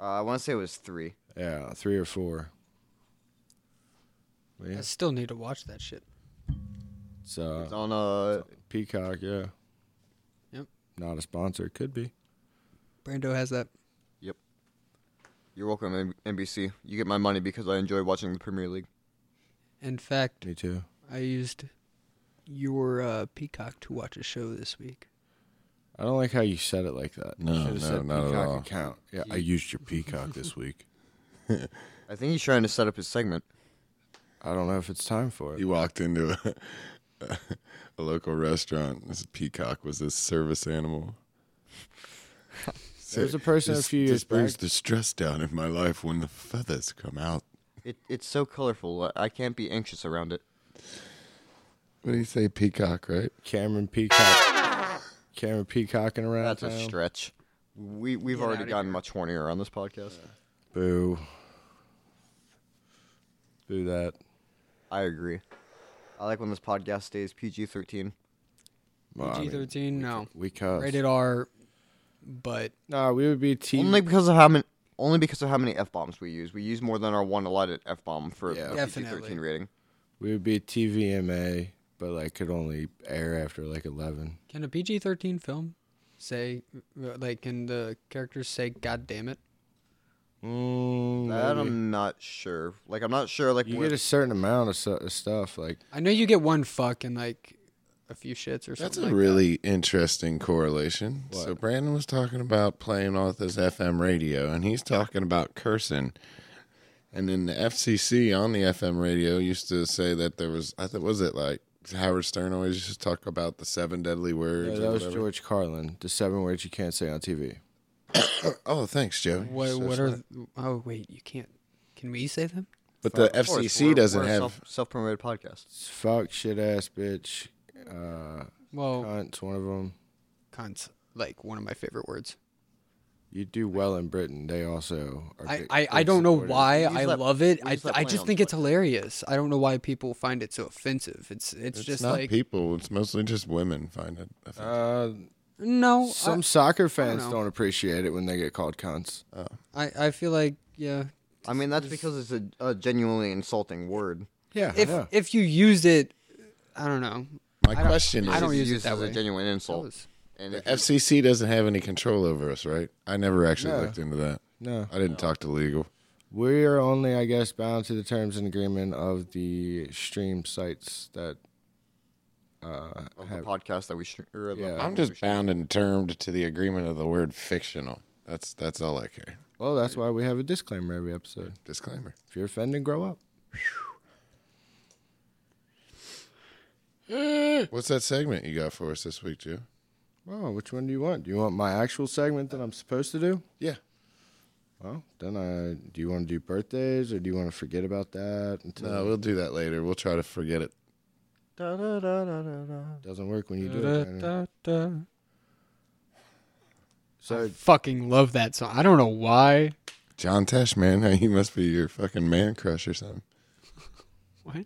Speaker 9: Uh, I want to say it was three.
Speaker 1: Yeah, three or four. But
Speaker 2: I
Speaker 1: Yeah,
Speaker 2: still need to watch that shit.
Speaker 1: so
Speaker 9: It's on uh,
Speaker 1: Peacock, yeah.
Speaker 2: Yep.
Speaker 1: Not a sponsor, could be.
Speaker 2: Brando has that.
Speaker 9: you're welcome N- NBC. You get my money because I enjoy watching the Premier League.
Speaker 2: In fact,
Speaker 1: Me too.
Speaker 2: I used your uh, Peacock to watch a show this week.
Speaker 1: I don't like how you said it like that. You
Speaker 3: No,
Speaker 1: should've
Speaker 3: no, not at
Speaker 1: Peacock
Speaker 3: all.
Speaker 1: account. Yeah, I used your Peacock this week.
Speaker 9: I think he's trying to set up his segment.
Speaker 1: I don't know if it's time for it.
Speaker 3: He walked into a, a local restaurant. This peacock was his service animal.
Speaker 1: There was a person a
Speaker 3: this,
Speaker 1: few years
Speaker 3: this brings
Speaker 1: back-
Speaker 3: the stress down in my life when the feathers come out.
Speaker 9: It, it's so colorful. I, I can't be anxious around it.
Speaker 3: What do you say, peacock? Right?
Speaker 1: Cameron Peacock. Cameron Peacocking around.
Speaker 9: That's a
Speaker 1: town.
Speaker 9: stretch. We we've already gotten much hornier on this podcast.
Speaker 1: Boo. Boo that.
Speaker 9: I agree. I like when this podcast stays PG-13.
Speaker 1: Well, I mean,
Speaker 2: G13, no.
Speaker 1: we cuss.
Speaker 2: Rated R, but
Speaker 1: Nah, we would be T.
Speaker 9: Only because of how many. Only because of how many f bombs we use. We use more than our one allotted f bomb for
Speaker 1: Yeah.
Speaker 9: yeah. PG
Speaker 2: Definitely.
Speaker 9: thirteen rating.
Speaker 1: we would be TVMA, but like could only air after like eleven.
Speaker 2: can a PG 13 film say, uh, like, can the characters say, God damn it?
Speaker 1: Mm,
Speaker 9: That
Speaker 1: maybe.
Speaker 9: I'm not sure. Like I'm not sure. Like
Speaker 1: you
Speaker 9: what-
Speaker 1: get a certain amount of, su- of stuff. Like
Speaker 2: I know you get one fuck and, like, a few shits or something.
Speaker 3: That's a
Speaker 2: like
Speaker 3: really interesting correlation. So Brandon was talking about playing all this FM radio, and he's talking about cursing. And then the FCC on the FM radio used to say that there was, I think, was it like Howard Stern always used to talk about the seven deadly words?
Speaker 1: Yeah,
Speaker 3: or
Speaker 1: that was
Speaker 3: whatever.
Speaker 1: George Carlin. The seven words you can't say on TV.
Speaker 3: Oh, thanks, Joey.
Speaker 2: What,
Speaker 3: So
Speaker 2: what are?
Speaker 3: smart.
Speaker 2: th- oh wait, you can't. Can we say them?
Speaker 3: But the
Speaker 9: Of course,
Speaker 3: FCC
Speaker 9: we're-
Speaker 3: doesn't
Speaker 9: we're a
Speaker 3: have.
Speaker 9: self promoted podcast.
Speaker 1: It's fuck, shit, ass, bitch, uh,
Speaker 2: Well,
Speaker 1: cunt's one of them.
Speaker 2: cunts like one of my favorite words.
Speaker 1: You do well in Britain. They also. Are
Speaker 2: I,
Speaker 1: big-
Speaker 2: I, I
Speaker 1: big
Speaker 2: don't know
Speaker 1: supporters.
Speaker 2: why
Speaker 9: We
Speaker 2: I
Speaker 9: just let-
Speaker 2: love it.
Speaker 9: we
Speaker 2: I,
Speaker 9: just let
Speaker 2: I
Speaker 9: play
Speaker 2: just
Speaker 9: on
Speaker 2: think it's
Speaker 9: Twitter.
Speaker 2: hilarious. I don't know why people find it so offensive. It's it's,
Speaker 3: It's
Speaker 2: just
Speaker 3: not
Speaker 2: like
Speaker 3: people. It's mostly just women find it. offensive.
Speaker 1: Uh,
Speaker 2: no.
Speaker 1: some soccer fans
Speaker 2: know.
Speaker 1: don't appreciate it when they get called cunts.
Speaker 2: I, I, I feel like yeah.
Speaker 9: I mean, that's because it's a, a genuinely insulting word.
Speaker 1: Yeah,
Speaker 2: If
Speaker 1: yeah.
Speaker 2: if you used it, I don't know.
Speaker 3: My
Speaker 2: I don't-
Speaker 3: question
Speaker 2: I
Speaker 3: is:
Speaker 2: don't
Speaker 9: It's
Speaker 2: use it
Speaker 9: used
Speaker 2: that
Speaker 9: as
Speaker 2: way.
Speaker 9: a genuine
Speaker 2: That
Speaker 9: insult.
Speaker 2: was-
Speaker 9: and
Speaker 3: The
Speaker 9: if you-
Speaker 3: FCC doesn't have any control over us, right? I never actually
Speaker 1: No.
Speaker 3: looked into that.
Speaker 1: no,
Speaker 3: I didn't talk to legal.
Speaker 1: we are only, I guess, bound to the terms and agreement of the stream sites that. Uh,
Speaker 9: of the
Speaker 1: have,
Speaker 9: podcast that we str- or the
Speaker 1: Yeah.
Speaker 9: podcast
Speaker 1: I'm
Speaker 3: I'm
Speaker 9: we
Speaker 3: just
Speaker 9: stream.
Speaker 3: bound and termed to the agreement of the word fictional. That's that's all I care.
Speaker 1: well, that's why we have a disclaimer every episode.
Speaker 3: Disclaimer.
Speaker 1: If you're offended, grow up.
Speaker 3: What's that segment you got for us this week, Joe?
Speaker 1: Well, which one do you want? Do you want my actual segment that I'm supposed to do?
Speaker 3: Yeah.
Speaker 1: Well, then I do you want to do birthdays or do you want to forget about that until
Speaker 3: No, we'll do that later. We'll try to forget it.
Speaker 9: Da, da, da, da, da, da.
Speaker 1: it doesn't work when you do
Speaker 2: Da,
Speaker 1: it? Brandon.
Speaker 2: da, da. I
Speaker 1: So
Speaker 2: fucking love that song. I don't know why.
Speaker 3: John Tesh, man, he must be your fucking man crush or something.
Speaker 2: What?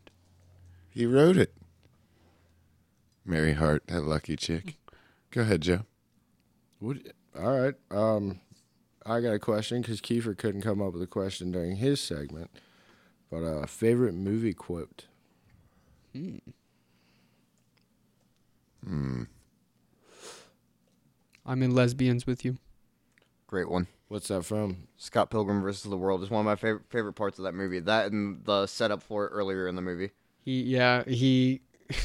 Speaker 3: He wrote it. Mary Hart, that lucky chick. Go ahead, Joe.
Speaker 1: What? All right. Um, I got a question because Kiefer couldn't come up with a question during his segment. But uh, favorite movie quote?
Speaker 2: I'm in lesbians with you.
Speaker 9: Great one.
Speaker 1: What's that from?
Speaker 9: Scott Pilgrim versus the World is one of my favorite favorite parts of that movie. That and the setup for it earlier in the movie.
Speaker 2: He yeah he.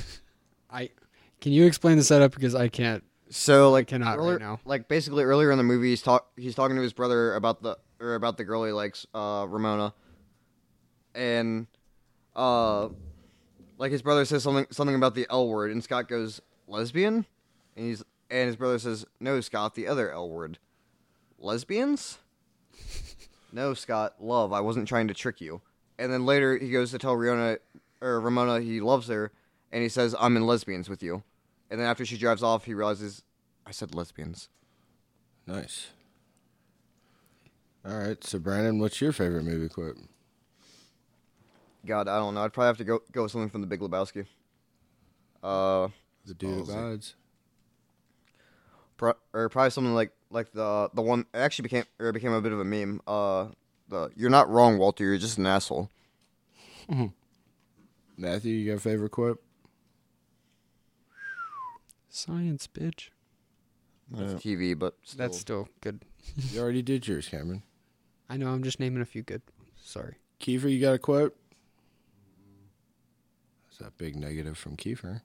Speaker 2: I can you explain the setup because I can't.
Speaker 9: So like
Speaker 2: cannot right
Speaker 9: earlier,
Speaker 2: now.
Speaker 9: Like basically earlier in the movie, he's talk he's talking to his brother about the or about the girl he likes, uh, Ramona, and uh, like his brother says something something about the L word, and Scott goes lesbian, and he's and his brother says no, Scott, the other L word, lesbians. no, Scott, love. I wasn't trying to trick you. And then later he goes to tell Riona or Ramona he loves her, and he says I'm in lesbians with you. And then after she drives off, he realizes I said lesbians.
Speaker 1: Nice. All right. So Brandon, what's your favorite movie quote?
Speaker 9: God, I don't know. I'd probably have to go go with something from The Big Lebowski. Uh,
Speaker 1: The dude abides.
Speaker 9: pro- or probably something like like the the one it actually became or it became a bit of a meme. Uh, the you're not wrong, Walter. You're just an asshole.
Speaker 1: Matthew, you got a favorite quote?
Speaker 2: Science, bitch.
Speaker 9: It's TV, but still.
Speaker 2: That's still good.
Speaker 1: You already did yours, Cameron.
Speaker 2: I know. I'm just naming a few good. Sorry.
Speaker 1: Kiefer, you got a quote? That's a big negative from Kiefer.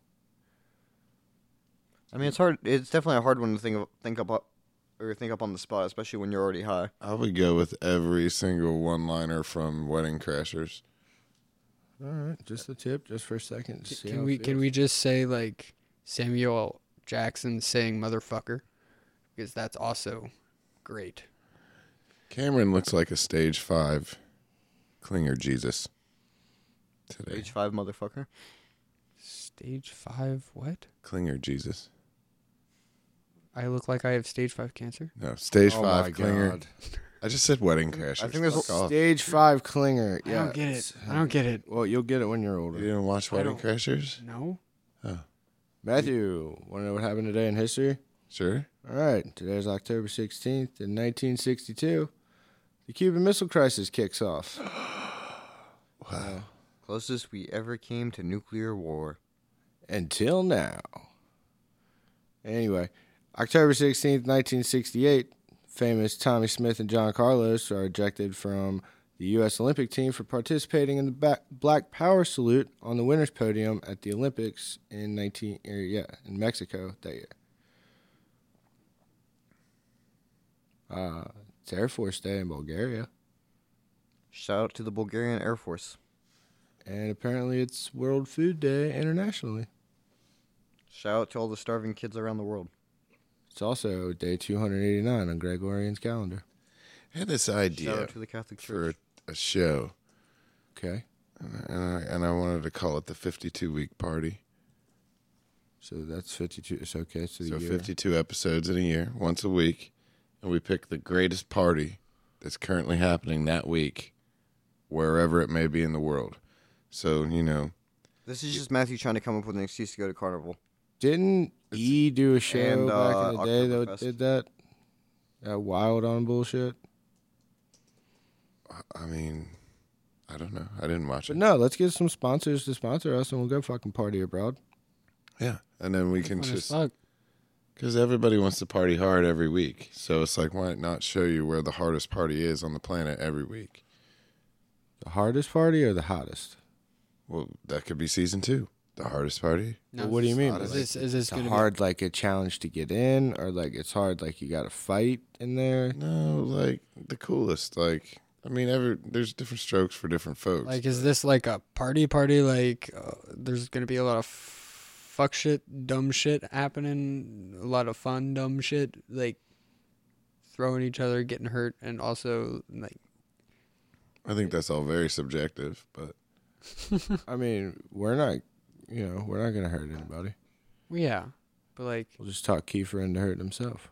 Speaker 9: I mean, it's hard. It's definitely a hard one to think of, think up or think up on the spot, especially when you're already high.
Speaker 3: I would go with every single one liner from Wedding Crashers.
Speaker 1: All right. Just a tip, just for a second. to see how
Speaker 2: Can
Speaker 1: it
Speaker 2: we can
Speaker 1: feels.
Speaker 2: we just say like Samuel Jackson saying motherfucker? Because that's also great.
Speaker 3: Cameron looks like a stage five clinger Jesus today.
Speaker 9: H five motherfucker.
Speaker 2: Stage five what?
Speaker 3: Clinger Jesus.
Speaker 2: I look like I have stage five cancer.
Speaker 3: No, stage
Speaker 1: Oh
Speaker 3: five
Speaker 1: my
Speaker 3: clinger.
Speaker 1: God.
Speaker 3: I just said wedding crashers.
Speaker 9: I think there's
Speaker 3: Fuck off.
Speaker 1: Stage five clinger. Yeah.
Speaker 2: I don't get it.
Speaker 1: it's-
Speaker 2: I don't get it.
Speaker 1: Well, you'll get it when you're
Speaker 3: You
Speaker 1: older.
Speaker 3: didn't watch Wedding
Speaker 2: don't-
Speaker 3: Crashers?
Speaker 2: No.
Speaker 1: Matthew, want to know what happened today in history?
Speaker 3: Sure.
Speaker 1: All right, today's October 16th in 1962. The Cuban Missile Crisis kicks off.
Speaker 9: Closest we ever came to nuclear war.
Speaker 1: Until now. Anyway, October 16th, 1968, famous Tommy Smith and John Carlos are ejected from the U.S. Olympic team for participating in the ba- Black Power salute on the winner's podium at the Olympics in 19 er, yeah, in Mexico that year. Uh, it's Air Force Day in Bulgaria.
Speaker 9: Shout out to the Bulgarian Air Force.
Speaker 1: And apparently it's World Food Day internationally.
Speaker 9: Shout out to all the starving kids around the world.
Speaker 1: It's also day 289 on Gregorian's calendar.
Speaker 3: I had this
Speaker 9: Shout
Speaker 3: idea
Speaker 9: out to the Catholic
Speaker 3: for
Speaker 9: Church.
Speaker 3: a, a show,
Speaker 1: Okay.
Speaker 3: and I, and I wanted to call it the 52 week party.
Speaker 1: So that's 52. It's okay. So, the
Speaker 3: So
Speaker 1: year.
Speaker 3: 52 episodes in a year, once a week, and we pick the greatest party that's currently happening that week, wherever it may be in the world. So you know,
Speaker 9: This is just Matthew trying to come up with an excuse to go to carnival.
Speaker 1: Didn't E do a show
Speaker 9: And,
Speaker 1: back
Speaker 9: uh,
Speaker 1: in the day that
Speaker 9: Oktoberfest.
Speaker 1: did that? That wild on bullshit.
Speaker 3: I mean, I don't know. I didn't watch
Speaker 1: But
Speaker 3: it.
Speaker 1: no, let's get some sponsors to sponsor us and we'll go fucking party abroad.
Speaker 3: Yeah, and then we can
Speaker 2: Fun as
Speaker 3: just
Speaker 2: fuck.
Speaker 3: because everybody wants to party hard every week. So it's like, why not show you where the hardest party is on the planet every week?
Speaker 1: The hardest party or the hottest?
Speaker 3: Well, that could be season two, the hardest party.
Speaker 2: No,
Speaker 1: what do you mean? by
Speaker 2: Is
Speaker 1: that?
Speaker 2: this, is this
Speaker 1: It's
Speaker 2: going to be
Speaker 1: hard like a challenge to get in, or like it's hard like you got to fight in there.
Speaker 3: No, like the coolest. Like I mean, every there's different strokes for different folks.
Speaker 2: Like, is this like a party party? Like, uh, there's gonna be a lot of f- fuck shit, dumb shit happening, a lot of fun, dumb shit, like throwing each other, getting hurt, and also like
Speaker 3: I think that's all very subjective, but
Speaker 1: I mean, we're not, you know, we're not gonna hurt anybody.
Speaker 2: well, yeah, but like
Speaker 1: We'll just talk Kiefer into hurting himself.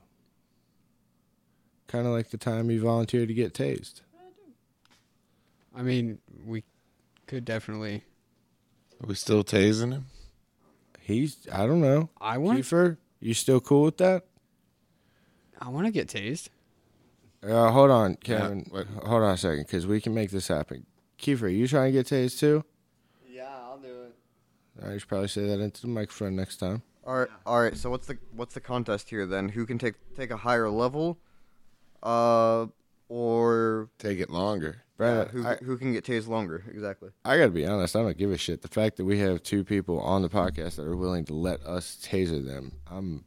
Speaker 1: Kind of like the time you volunteered to get tased.
Speaker 2: I mean, we could definitely.
Speaker 3: are we still tasing him?
Speaker 1: He's, I don't know,
Speaker 2: I want.
Speaker 1: Kiefer, you still cool with that?
Speaker 2: I want to get tased.
Speaker 1: Uh, hold on, Kevin.
Speaker 3: what?
Speaker 1: hold on a second, because we can make this happen. Kiefer, you trying to get tased too?
Speaker 6: Yeah, I'll do it.
Speaker 1: I should probably say that into the microphone next time.
Speaker 9: All right, all right. So what's the what's the contest here then? Who can take take a higher level, uh, or uh,
Speaker 3: Take it longer.
Speaker 1: Brandon,
Speaker 9: who
Speaker 1: Uh, I-
Speaker 9: who can get tased longer? Exactly.
Speaker 1: I gotta be honest, I don't give a shit. The fact that we have two people on the podcast that are willing to let us taser them, I'm,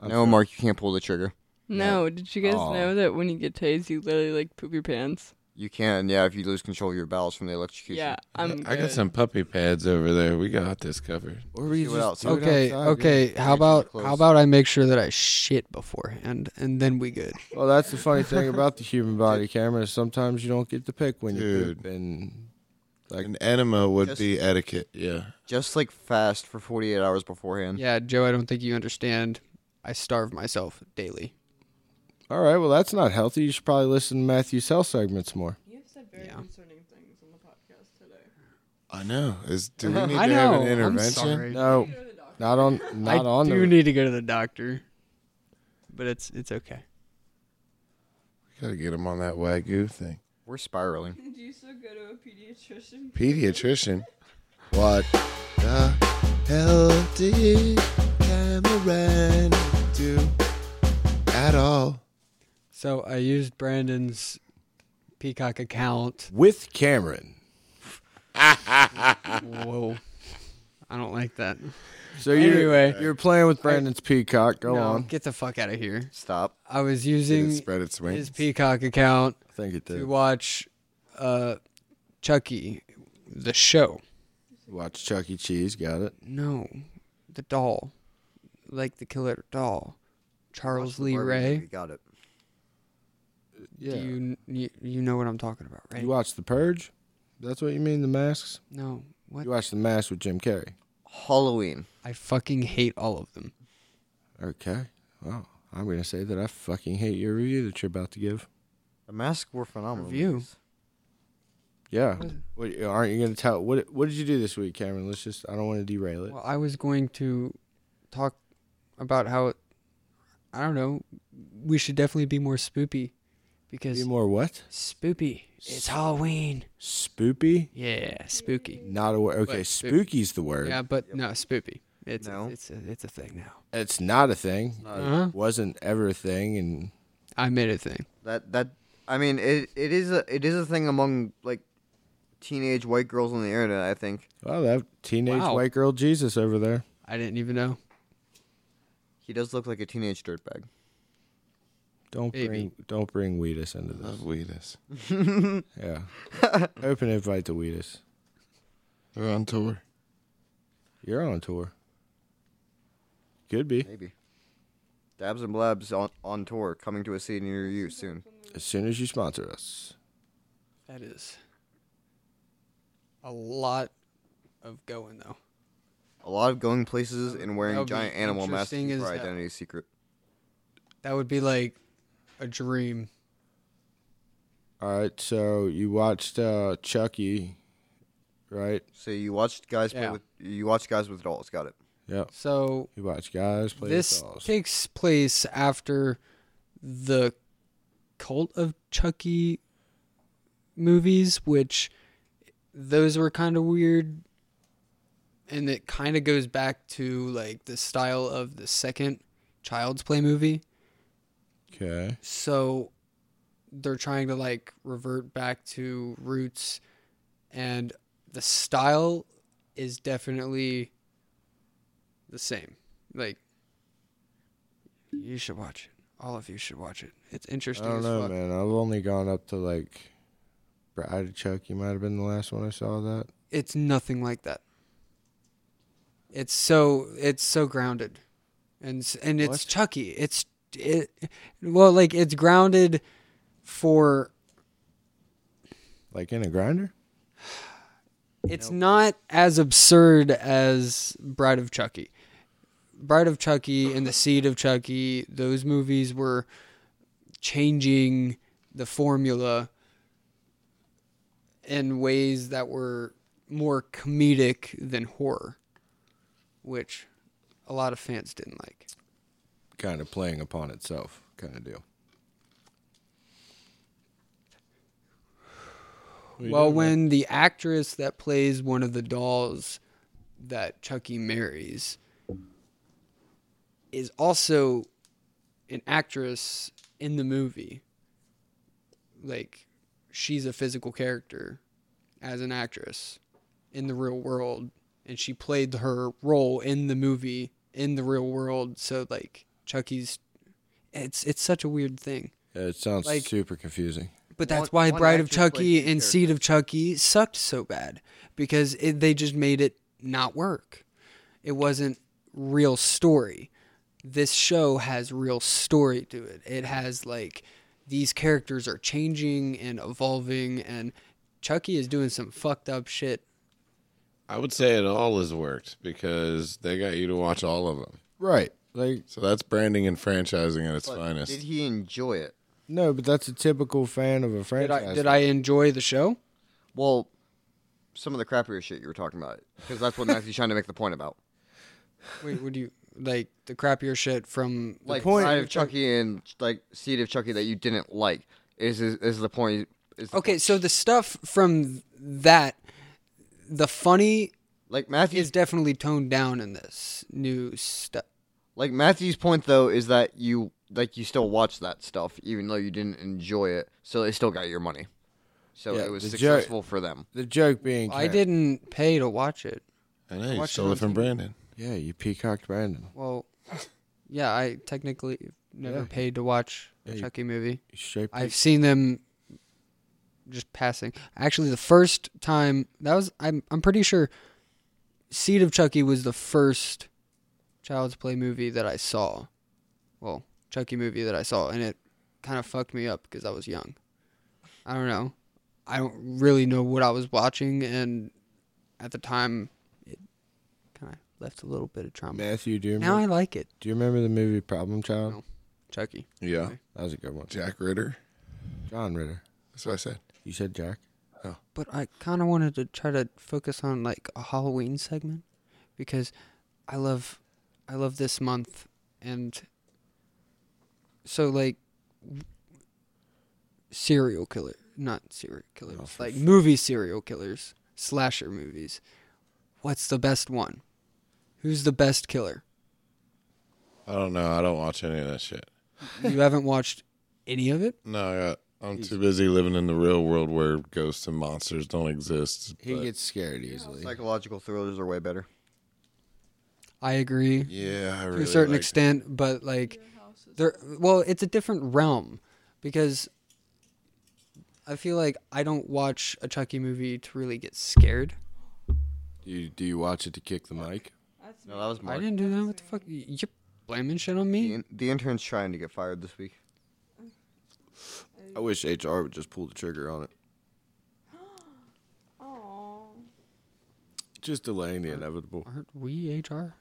Speaker 1: I'm
Speaker 9: No, Mark, you can't pull the trigger.
Speaker 1: No.
Speaker 8: No, did you guys
Speaker 1: Aw.
Speaker 8: know that when you get tased, you literally like poop your pants?
Speaker 9: You can, yeah, if you lose control of your bowels from the electrocution.
Speaker 8: Yeah, I'm.
Speaker 3: I got
Speaker 8: good.
Speaker 3: some puppy pads over there. We got this covered.
Speaker 1: Or we
Speaker 9: Do it
Speaker 1: just do
Speaker 9: outside.
Speaker 1: it
Speaker 2: Okay,
Speaker 1: outside,
Speaker 2: okay. How about how
Speaker 9: close.
Speaker 2: about I make sure that I shit beforehand, and then we good.
Speaker 1: yeah. Well, that's the funny thing about the human body, Cameron. Is sometimes you don't get to pick when you
Speaker 3: Dude.
Speaker 1: poop, and
Speaker 3: Like an enema would
Speaker 9: Just-
Speaker 3: be etiquette. Yeah.
Speaker 9: Just like fast for 48 hours beforehand.
Speaker 2: Yeah, Joe, I don't think you understand. I starve myself daily.
Speaker 1: all right, well, that's not healthy. You should probably listen to Matthew's health segments more.
Speaker 8: You have said very
Speaker 2: Yeah.
Speaker 8: concerning things on the podcast today.
Speaker 3: I know. Is do we need
Speaker 2: Uh-huh. I
Speaker 3: to
Speaker 2: know.
Speaker 3: have an intervention?
Speaker 2: I'm sorry.
Speaker 1: No, not on, not
Speaker 2: I
Speaker 1: on
Speaker 2: do
Speaker 1: the.
Speaker 2: need to go to the doctor, but it's it's okay.
Speaker 3: Gotta get him on that wagyu thing.
Speaker 9: We're spiraling.
Speaker 8: Do you still go to a pediatrician?
Speaker 3: Pediatrician. What the hell did Cameron do at all?
Speaker 2: So I used Brandon's Peacock account.
Speaker 1: with Cameron.
Speaker 2: Whoa, I don't like that.
Speaker 1: So you,
Speaker 2: Anyway.
Speaker 1: you're playing with Brandon's peacock. Go
Speaker 2: No,
Speaker 1: on.
Speaker 2: get the fuck out of here.
Speaker 9: Stop.
Speaker 2: I was
Speaker 3: Did
Speaker 2: using
Speaker 3: it spread its
Speaker 2: his
Speaker 3: wings?
Speaker 2: Peacock account
Speaker 1: I think it
Speaker 2: to
Speaker 1: did.
Speaker 2: watch uh, Chucky, the show.
Speaker 1: Watch Chuck E. Cheese. Got it.
Speaker 2: No, the doll, like the killer doll,
Speaker 9: Watch
Speaker 2: Charles
Speaker 9: the
Speaker 2: Lee
Speaker 9: Barbie
Speaker 2: Ray.
Speaker 9: movie, Got it.
Speaker 1: Yeah.
Speaker 2: Do you, you you know what I'm talking about, right?
Speaker 1: You watch The Purge? That's what you mean, The Masks?
Speaker 2: no. What?
Speaker 1: You watch The Mask with Jim Carrey.
Speaker 9: Halloween.
Speaker 2: I fucking hate all of them.
Speaker 1: Okay. Well, I'm going to say that I fucking hate your review that you're about to give.
Speaker 9: The Mask were phenomenal.
Speaker 2: Review.
Speaker 9: movies.
Speaker 1: Yeah.
Speaker 2: What?
Speaker 1: What, aren't you going to tell? What What did you do this week, Cameron? Let's just, I don't want to derail it.
Speaker 2: Well, I was going to talk about how I don't know. We should definitely be more spoopy because
Speaker 1: Be more what?
Speaker 2: spoopy. It's Halloween.
Speaker 1: Spoopy?
Speaker 2: Yeah, spooky.
Speaker 1: Not a word. Okay,
Speaker 2: But spoop-
Speaker 1: spooky's the word.
Speaker 2: Yeah, but no, spoopy. It's
Speaker 9: No.
Speaker 2: it's a, it's a thing now.
Speaker 1: It's not a thing.
Speaker 2: Uh-huh.
Speaker 1: It wasn't ever a thing. And
Speaker 2: I made a thing.
Speaker 9: That that I mean it it is a it is a thing among like teenage white girls on the internet, I think.
Speaker 1: well, that teenage
Speaker 2: Wow.
Speaker 1: white girl Jesus over there.
Speaker 2: I didn't even know.
Speaker 9: He does look like a teenage dirtbag.
Speaker 1: Don't
Speaker 2: Maybe.
Speaker 1: bring don't bring Wheatus into this.
Speaker 3: Love Wheatus.
Speaker 2: Uh-huh.
Speaker 1: Yeah. Open invite to Wheatus.
Speaker 3: They're on tour.
Speaker 1: You're on tour. Could be.
Speaker 9: Maybe. Dabs and Blabs on, on tour, coming to a city near you soon.
Speaker 1: As soon as you sponsor us.
Speaker 2: That is a lot of going though.
Speaker 9: A lot of going places and
Speaker 2: That
Speaker 9: wearing
Speaker 2: would be
Speaker 9: giant animal masks to
Speaker 2: interesting
Speaker 9: keep
Speaker 2: as
Speaker 9: our
Speaker 2: hell.
Speaker 9: identity secret.
Speaker 2: That would be like a dream.
Speaker 1: All right, so you watched uh, Chucky, right?
Speaker 9: So you watched guys play
Speaker 2: Yeah.
Speaker 9: with you watched guys with dolls. Got it.
Speaker 1: Yep.
Speaker 2: So
Speaker 1: You watched guys play with
Speaker 2: this
Speaker 1: dolls.
Speaker 2: takes place after the cult of chucky movies which those were kind of weird and it kind of goes back to like the style of the second child's play movie
Speaker 1: Okay.
Speaker 2: so they're trying to like revert back to roots and the style is definitely the same like you should watch it all of you should watch it it's
Speaker 1: I
Speaker 2: interesting
Speaker 1: don't
Speaker 2: as
Speaker 1: know,
Speaker 2: fuck.
Speaker 1: man. I've only gone up to like Bride of Chucky might have been the last one I saw that.
Speaker 2: it's nothing like that it's so it's so grounded and s- and it's
Speaker 1: What?
Speaker 2: chucky it's it well like it's grounded for
Speaker 1: Like in a grinder?
Speaker 2: It's not as absurd as Bride of Chucky. Bride of Chucky and The Seed of Chucky, those movies were changing the formula in ways that were more comedic than horror, which a lot of fans didn't like.
Speaker 1: Kind of playing upon itself, kind of deal. What you
Speaker 2: well,
Speaker 1: doing, man?
Speaker 2: when the actress that plays one of the dolls that Chucky marries is also an actress in the movie, like she's a physical character as an actress in the real world, and she played her role in the movie in the real world. So like Chucky's, it's it's such a weird thing.
Speaker 1: Yeah, it sounds
Speaker 2: like-
Speaker 1: super confusing.
Speaker 2: But
Speaker 9: One-
Speaker 2: that's why
Speaker 9: one
Speaker 2: Bride of
Speaker 9: actress played
Speaker 2: Chucky
Speaker 9: two
Speaker 2: and Seed of Chucky sucked so bad because it, they just made it not work. It wasn't real story. This show has real story to it. It has like these characters are changing and evolving, and Chucky is doing some fucked up shit.
Speaker 3: I would say it all has worked because they got you to watch all of them.
Speaker 1: Right. Like
Speaker 3: So that's branding and franchising at its
Speaker 9: But
Speaker 3: finest.
Speaker 9: Did he enjoy it?
Speaker 1: no, but that's a typical fan of a
Speaker 2: Did
Speaker 1: franchise.
Speaker 2: I did I enjoy the show?
Speaker 9: Well, some of the crappier shit you were talking about, because that's what Matthew's trying to make the point about.
Speaker 2: Wait, would you like the crappier shit from
Speaker 9: like
Speaker 1: point-
Speaker 9: Bride of Chucky and like Seed of Chucky that you didn't like is is, is the point. Is the
Speaker 2: Okay,
Speaker 9: point.
Speaker 2: so the stuff from that, the funny
Speaker 9: like Matthew's
Speaker 2: is definitely toned down in this new stuff.
Speaker 9: Like Matthew's point though is that you like you still watch that stuff even though you didn't enjoy it, so they still got your money. So
Speaker 1: Yeah,
Speaker 9: it was
Speaker 1: the
Speaker 9: successful for them.
Speaker 1: the joke being
Speaker 2: I
Speaker 1: Ken-
Speaker 2: didn't pay to watch it.
Speaker 3: I know you
Speaker 2: Watch it
Speaker 3: stole
Speaker 2: on
Speaker 3: it from
Speaker 2: TV.
Speaker 3: Brandon.
Speaker 1: Yeah, you peacocked Brandon.
Speaker 2: Well, yeah, I technically never
Speaker 1: Yeah.
Speaker 2: paid to watch a
Speaker 1: you-
Speaker 2: Chucky movie.
Speaker 1: You straight
Speaker 2: I've seen them just passing. Actually, the first time that was I'm I'm pretty sure Seed of Chucky was the first Child's Play movie that I saw. Well, Chucky movie that I saw, and it kind of fucked me up because I was young. I don't know. I don't really know what I was watching, and at the time, it kind of left a little bit of trauma.
Speaker 1: Matthew, do you,
Speaker 2: Now
Speaker 1: remember,
Speaker 2: I like it,
Speaker 1: do you remember the movie Problem Child?
Speaker 2: No. Chucky.
Speaker 3: Yeah.
Speaker 1: That was a good one.
Speaker 3: Jack Ritter.
Speaker 1: John Ritter.
Speaker 3: That's what I said.
Speaker 1: You said Jack?
Speaker 2: but I kind of wanted to try to focus on like a Halloween segment because I love I love this month and so like w- serial killer not serial killers
Speaker 1: for
Speaker 2: like movie serial killers slasher movies what's the best one who's the best killer
Speaker 3: I don't know. I don't watch any of that shit.
Speaker 2: you haven't watched any of it
Speaker 3: No, I got, I'm too busy living in the real world where ghosts and monsters don't exist.
Speaker 1: He
Speaker 3: but-
Speaker 1: gets scared easily.
Speaker 9: Psychological thrillers are way better.
Speaker 2: I agree
Speaker 3: yeah, I
Speaker 2: to
Speaker 3: really
Speaker 2: a certain
Speaker 3: like-
Speaker 2: extent but like They're well, it's a different realm because I feel like I don't watch a Chucky movie to really get scared.
Speaker 1: You, do you watch it to kick the mic?
Speaker 9: No, that was
Speaker 2: I
Speaker 9: Mark.
Speaker 2: didn't e- do that. What the fuck? You're blaming shit on me.
Speaker 9: The, the intern's trying to get fired this week.
Speaker 1: I wish HR would just pull the trigger on it. Just delaying the inevitable.
Speaker 2: Aren't we HR?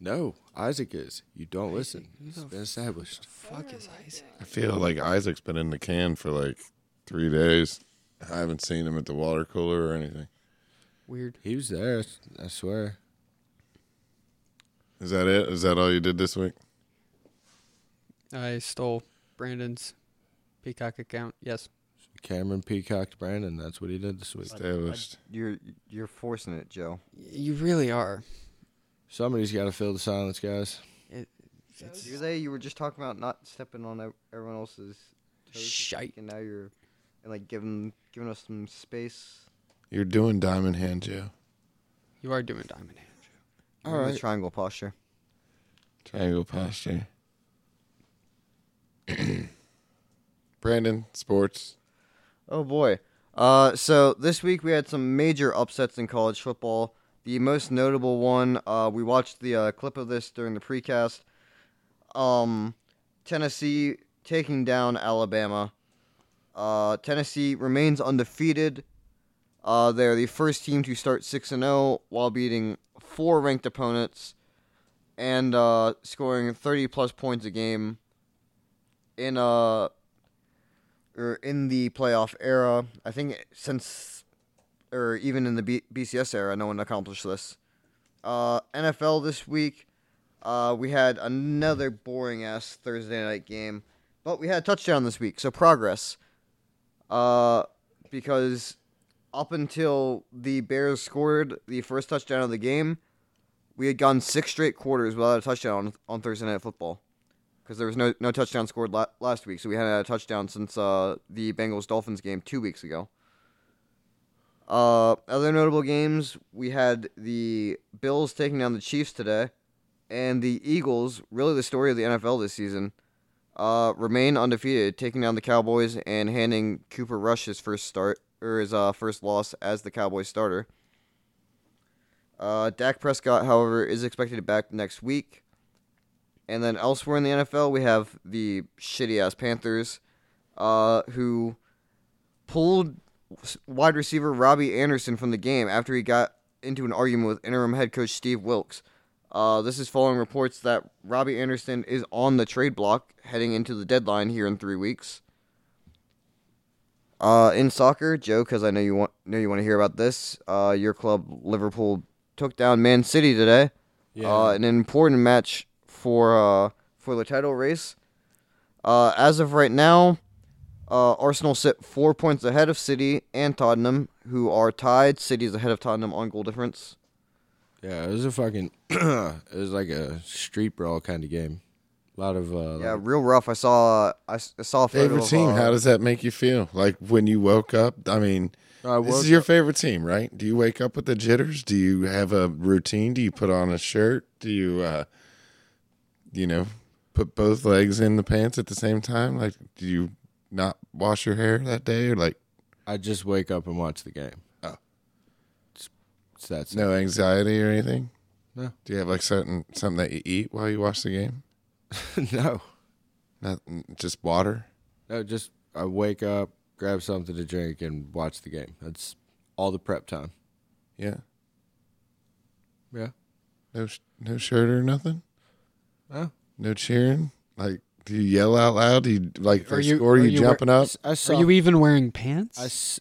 Speaker 1: No, Isaac is. You don't listen. It's been established.
Speaker 2: Fuck is Isaac.
Speaker 3: I feel like Isaac's been in the can for like three days. I haven't seen him at the water cooler or anything.
Speaker 2: Weird.
Speaker 1: He was there, I swear.
Speaker 3: Is that it? Is that all you did this week?
Speaker 2: I stole Brandon's Peacock account. Yes.
Speaker 1: Cameron peacocked Brandon. That's what he did this week.
Speaker 3: Established.
Speaker 9: You're you're forcing it, Joe.
Speaker 2: You really are.
Speaker 1: Somebody's got to fill the silence, guys.
Speaker 9: You say you were just talking about not stepping on ev- everyone else's toes, and
Speaker 2: Shite.
Speaker 9: shit, and now you're and like giving giving us some space.
Speaker 3: You're doing diamond hand, Joe.
Speaker 2: You are doing Diamond Hand.
Speaker 9: All the triangle posture.
Speaker 3: Triangle posture. Brandon, sports.
Speaker 9: Oh boy. Uh, so this week we had some major upsets in college football. The most notable one, uh, we watched the uh, clip of this during the precast. Um, Tennessee taking down Alabama. Uh, Tennessee remains undefeated. Uh, they're the first team to start six and zero while beating four ranked opponents and uh, scoring thirty plus points a game. In uh or in the playoff era. I think since, or even in the B- BCS era, no one accomplished this. Uh, NFL this week, uh, we had another boring ass Thursday night game, but we had a touchdown this week, so progress. Uh, because up until the Bears scored the first touchdown of the game, we had gone six straight quarters without a touchdown on, on Thursday night football because there was no no touchdown scored la- last week, so we hadn't had a touchdown since uh, the Bengals Dolphins game two weeks ago. Uh, other notable games we had the Bills taking down the Chiefs today, and the Eagles, really the story of the NFL this season, uh, remain undefeated, taking down the Cowboys and handing Cooper Rush his first start or his uh, first loss as the Cowboys starter. Uh, Dak Prescott, however, is expected back next week. And then elsewhere in the NFL, we have the shitty ass Panthers, uh, who pulled s- wide receiver Robbie Anderson from the game after he got into an argument with interim head coach Steve Wilkes. Uh, this is following reports that Robbie Anderson is on the trade block heading into the deadline here in three weeks. Uh, in soccer, Joe, because I know you want know you want to hear about this. Uh, your club Liverpool took down Man City today. Uh, an important match for uh, for the title race. Uh, as of right now, uh, Arsenal sit four points ahead of City and Tottenham, who are tied. City's ahead of Tottenham on goal difference.
Speaker 1: Yeah, it was a fucking, it was like a street brawl kind of game. A lot of, uh,
Speaker 9: Yeah,
Speaker 1: like-
Speaker 9: real rough. I saw I s- I saw a photo
Speaker 3: Favorite
Speaker 9: of,
Speaker 3: team.
Speaker 9: uh,
Speaker 3: How does that make you feel? Like when you woke up? I mean,
Speaker 1: I
Speaker 3: this
Speaker 1: woke
Speaker 3: is your favorite team, right? Do you wake up with the jitters? Do you have a routine? Do you put on a shirt? Do you, uh, you know, put both legs in the pants at the same time? Like, do you not wash your hair that day? Or like,
Speaker 1: I just wake up and watch the game.
Speaker 3: Oh.
Speaker 1: It's, it's that simple.
Speaker 3: no anxiety or anything?
Speaker 1: No.
Speaker 3: Do you have like certain something that you eat while you watch the game?
Speaker 1: no.
Speaker 3: Nothing, just water.
Speaker 1: No, just I wake up, grab something to drink, and watch the game. That's all the prep time.
Speaker 3: Yeah.
Speaker 1: Yeah.
Speaker 3: No, sh- no shirt or nothing.
Speaker 1: No.
Speaker 3: No cheering. Like, do you yell out loud? Do you like if
Speaker 2: Are
Speaker 3: they
Speaker 2: you-
Speaker 3: score?
Speaker 2: are
Speaker 3: Are you,
Speaker 2: you wear-
Speaker 3: jumping up?
Speaker 1: I
Speaker 2: Are
Speaker 1: saw.
Speaker 2: you even wearing pants?
Speaker 1: I s-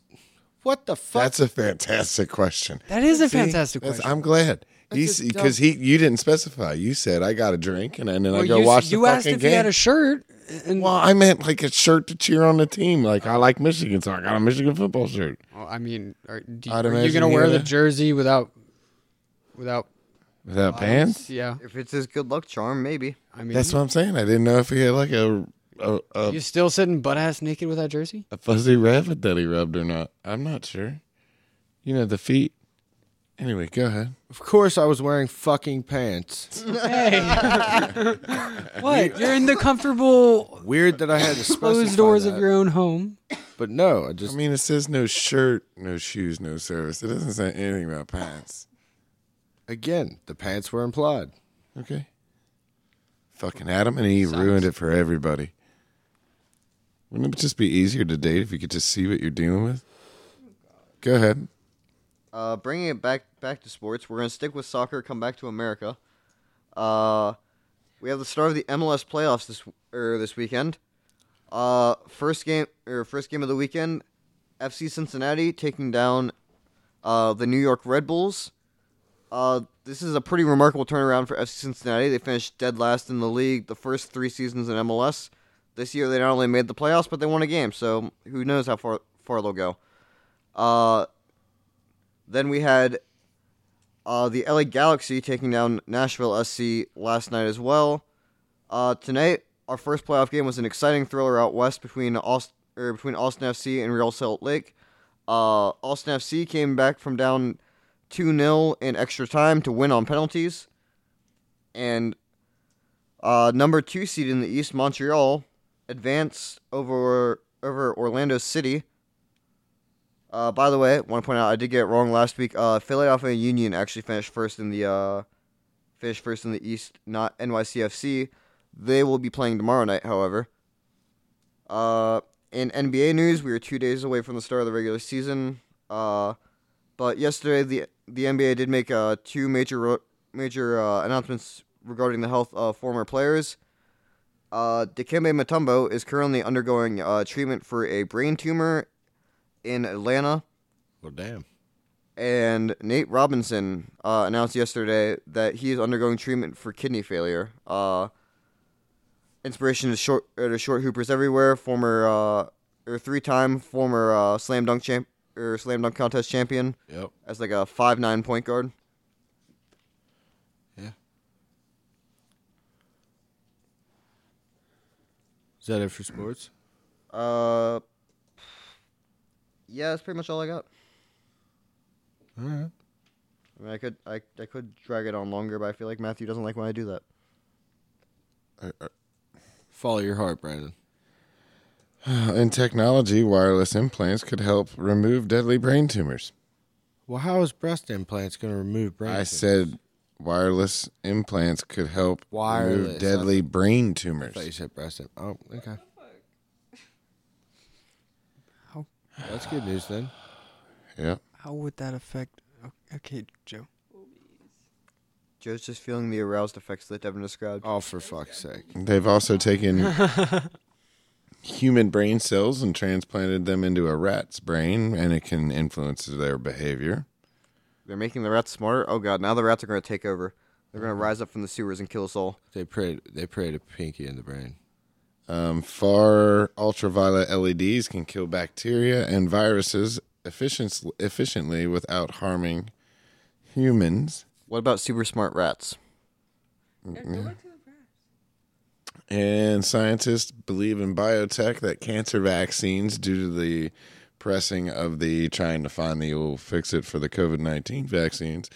Speaker 1: what the fuck?
Speaker 3: That's a fantastic question.
Speaker 2: that is a
Speaker 3: See?
Speaker 2: fantastic
Speaker 3: That's-
Speaker 2: question.
Speaker 3: I'm glad.
Speaker 1: That's a
Speaker 3: Because he, you didn't specify. You said I got a drink, and, and then I
Speaker 2: Well,
Speaker 3: go
Speaker 2: you, s-
Speaker 3: watch the
Speaker 2: you asked
Speaker 3: fucking
Speaker 2: if
Speaker 3: game.
Speaker 2: you had a shirt, and
Speaker 3: well, I meant like a shirt to cheer on the team. Like I like Michigan, so I got a Michigan football shirt.
Speaker 2: Well, I mean, are, do,
Speaker 3: I'd
Speaker 2: are you
Speaker 3: imagine
Speaker 2: gonna
Speaker 3: he
Speaker 2: wear
Speaker 3: had
Speaker 2: the
Speaker 3: a-
Speaker 2: jersey without, without
Speaker 3: Without pants.
Speaker 2: Yeah,
Speaker 9: If it's his good luck charm, maybe.
Speaker 2: I mean,
Speaker 3: That's what I'm saying. I didn't know if he had like a a, a,
Speaker 2: you still sitting butt ass naked with that jersey?
Speaker 3: a fuzzy rabbit that he rubbed or not. I'm not sure. You know the feet. Anyway, go ahead.
Speaker 1: Of course, I was wearing fucking pants.
Speaker 2: Hey. what? You're in the comfortable
Speaker 1: Weird that I had to specify
Speaker 2: closed doors
Speaker 1: that,
Speaker 2: of your own home.
Speaker 1: But no, I
Speaker 3: I
Speaker 1: just
Speaker 3: mean, it says no shirt, no shoes, no service. It doesn't say anything about pants.
Speaker 1: again the pants were implied.
Speaker 3: Okay. Fucking Adam and Eve ruined it for everybody. Wouldn't it just be easier to date if you could just see what you're dealing with? Go ahead.
Speaker 9: Uh, bringing it back back to sports, we're gonna stick with soccer. Come back to America. Uh, we have the start of the MLS playoffs this er, this weekend. Uh, first game or first game of the weekend, FC Cincinnati taking down uh, the New York Red Bulls. Uh, this is a pretty remarkable turnaround for FC Cincinnati. They finished dead last in the league the first three seasons in MLS. This year, they not only made the playoffs, but they won a game. So who knows how far far they'll go. Uh, then we had uh, the LA Galaxy taking down Nashville SC last night as well. Uh, tonight, our first playoff game was an exciting thriller out west between Austin, er, between Austin FC and Real Salt Lake. Uh, Austin FC came back from down 2 0 in extra time to win on penalties. And uh, number two seed in the East, Montreal, advanced over, over Orlando City. Uh, by the way, want to point out I did get it wrong last week. Uh, Philadelphia Union actually finished first in the uh, finished first in the East, not NYCFC. They will be playing tomorrow night, however. Uh, in NBA news, we are two days away from the start of the regular season. Uh, but yesterday, the the NBA did make uh, two major ro- major uh, announcements regarding the health of former players. Uh, Dikembe Mutombo is currently undergoing uh, treatment for a brain tumor in Atlanta.
Speaker 1: Well, damn.
Speaker 9: And Nate Robinson uh, announced yesterday that he is undergoing treatment for kidney failure. Uh, inspiration is short uh, to short hoopers everywhere. Former uh, or three-time former uh, slam dunk champ or slam dunk contest champion
Speaker 1: Yep.
Speaker 9: as like a five-nine point guard.
Speaker 1: Is that it for sports?
Speaker 9: Uh, yeah, that's pretty much all I got.
Speaker 1: All right.
Speaker 9: I mean, I could I, I could drag it on longer, but I feel like Matthew doesn't like when I do that.
Speaker 1: Follow your heart, Brandon.
Speaker 3: Uh, In technology, wireless implants could help remove deadly brain tumors.
Speaker 1: Well, how is breast implants going to remove brain?
Speaker 3: I
Speaker 1: tumors?
Speaker 3: said wireless implants could help
Speaker 1: Wireless, I
Speaker 3: remove deadly brain tumors.
Speaker 1: I thought you said breast. Imp- oh, okay.
Speaker 2: How-
Speaker 1: That's good news then.
Speaker 3: Yep.
Speaker 2: How would that affect? Okay, Joe.
Speaker 9: Joe's just feeling the aroused effects that Devin described.
Speaker 1: Oh, for fuck's sake!
Speaker 3: They've also taken human brain cells and transplanted them into a rat's brain, and it can influence their behavior.
Speaker 9: They're making the rats smarter. Oh god, now the rats are going to take over. They're
Speaker 1: Mm-hmm.
Speaker 9: going to rise up from the sewers and kill us all.
Speaker 1: They prayed. They prayed a pinky in the brain.
Speaker 3: Um, far ultraviolet LEDs can kill bacteria and viruses efficient, efficiently without harming humans.
Speaker 9: What about super smart rats?
Speaker 3: And scientists believe in biotech that cancer vaccines, due to the pressing of the trying to find the old fix it for the COVID 19 vaccines,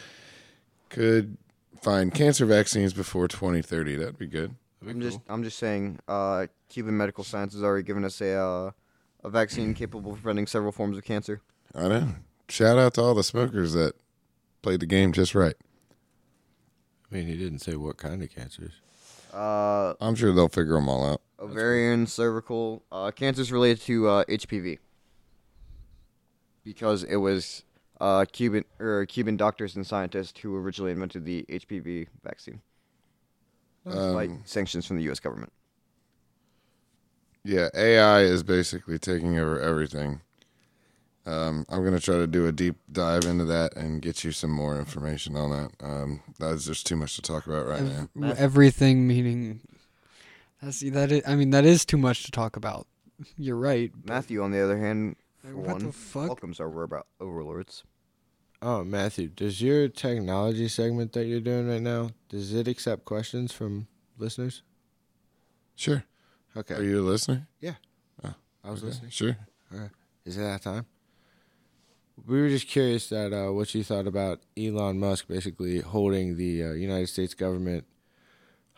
Speaker 3: could find cancer vaccines before 2030. That'd be good.
Speaker 9: I'm just I'm just saying uh, Cuban medical science has already given us a uh, a vaccine capable of preventing several forms of cancer.
Speaker 3: I know. Shout out to all the smokers that played the game just right.
Speaker 1: I mean, he didn't say what kind of cancers.
Speaker 9: Uh,
Speaker 3: I'm sure they'll figure them all out.
Speaker 9: ovarian, cervical, uh, cancers related to uh, HPV. Because it was uh, Cuban or Cuban doctors and scientists who originally invented the HPV vaccine.
Speaker 2: Um,
Speaker 3: Um,
Speaker 9: Despite sanctions from the U.S. government.
Speaker 3: Yeah, AI is basically taking over everything. Um, I'm gonna try to do a deep dive into that and get you some more information on that. Um, that's there's too much to talk about right now.
Speaker 2: Everything meaning. That's that. Is, I mean, that is too much to talk about. You're right.
Speaker 9: Matthew, on the other hand, for
Speaker 2: What
Speaker 9: one,
Speaker 2: the fuck?
Speaker 9: welcomes our robot overlords.
Speaker 1: Oh, Matthew, does your technology segment that you're doing right now does it accept questions from listeners?
Speaker 3: Sure. Are
Speaker 1: Okay,
Speaker 3: you a listener?
Speaker 1: I was
Speaker 3: Okay,
Speaker 1: listening.
Speaker 3: Sure.
Speaker 1: All right. Is it that time? We were just curious that uh, what you thought about Elon Musk basically holding the uh, United States government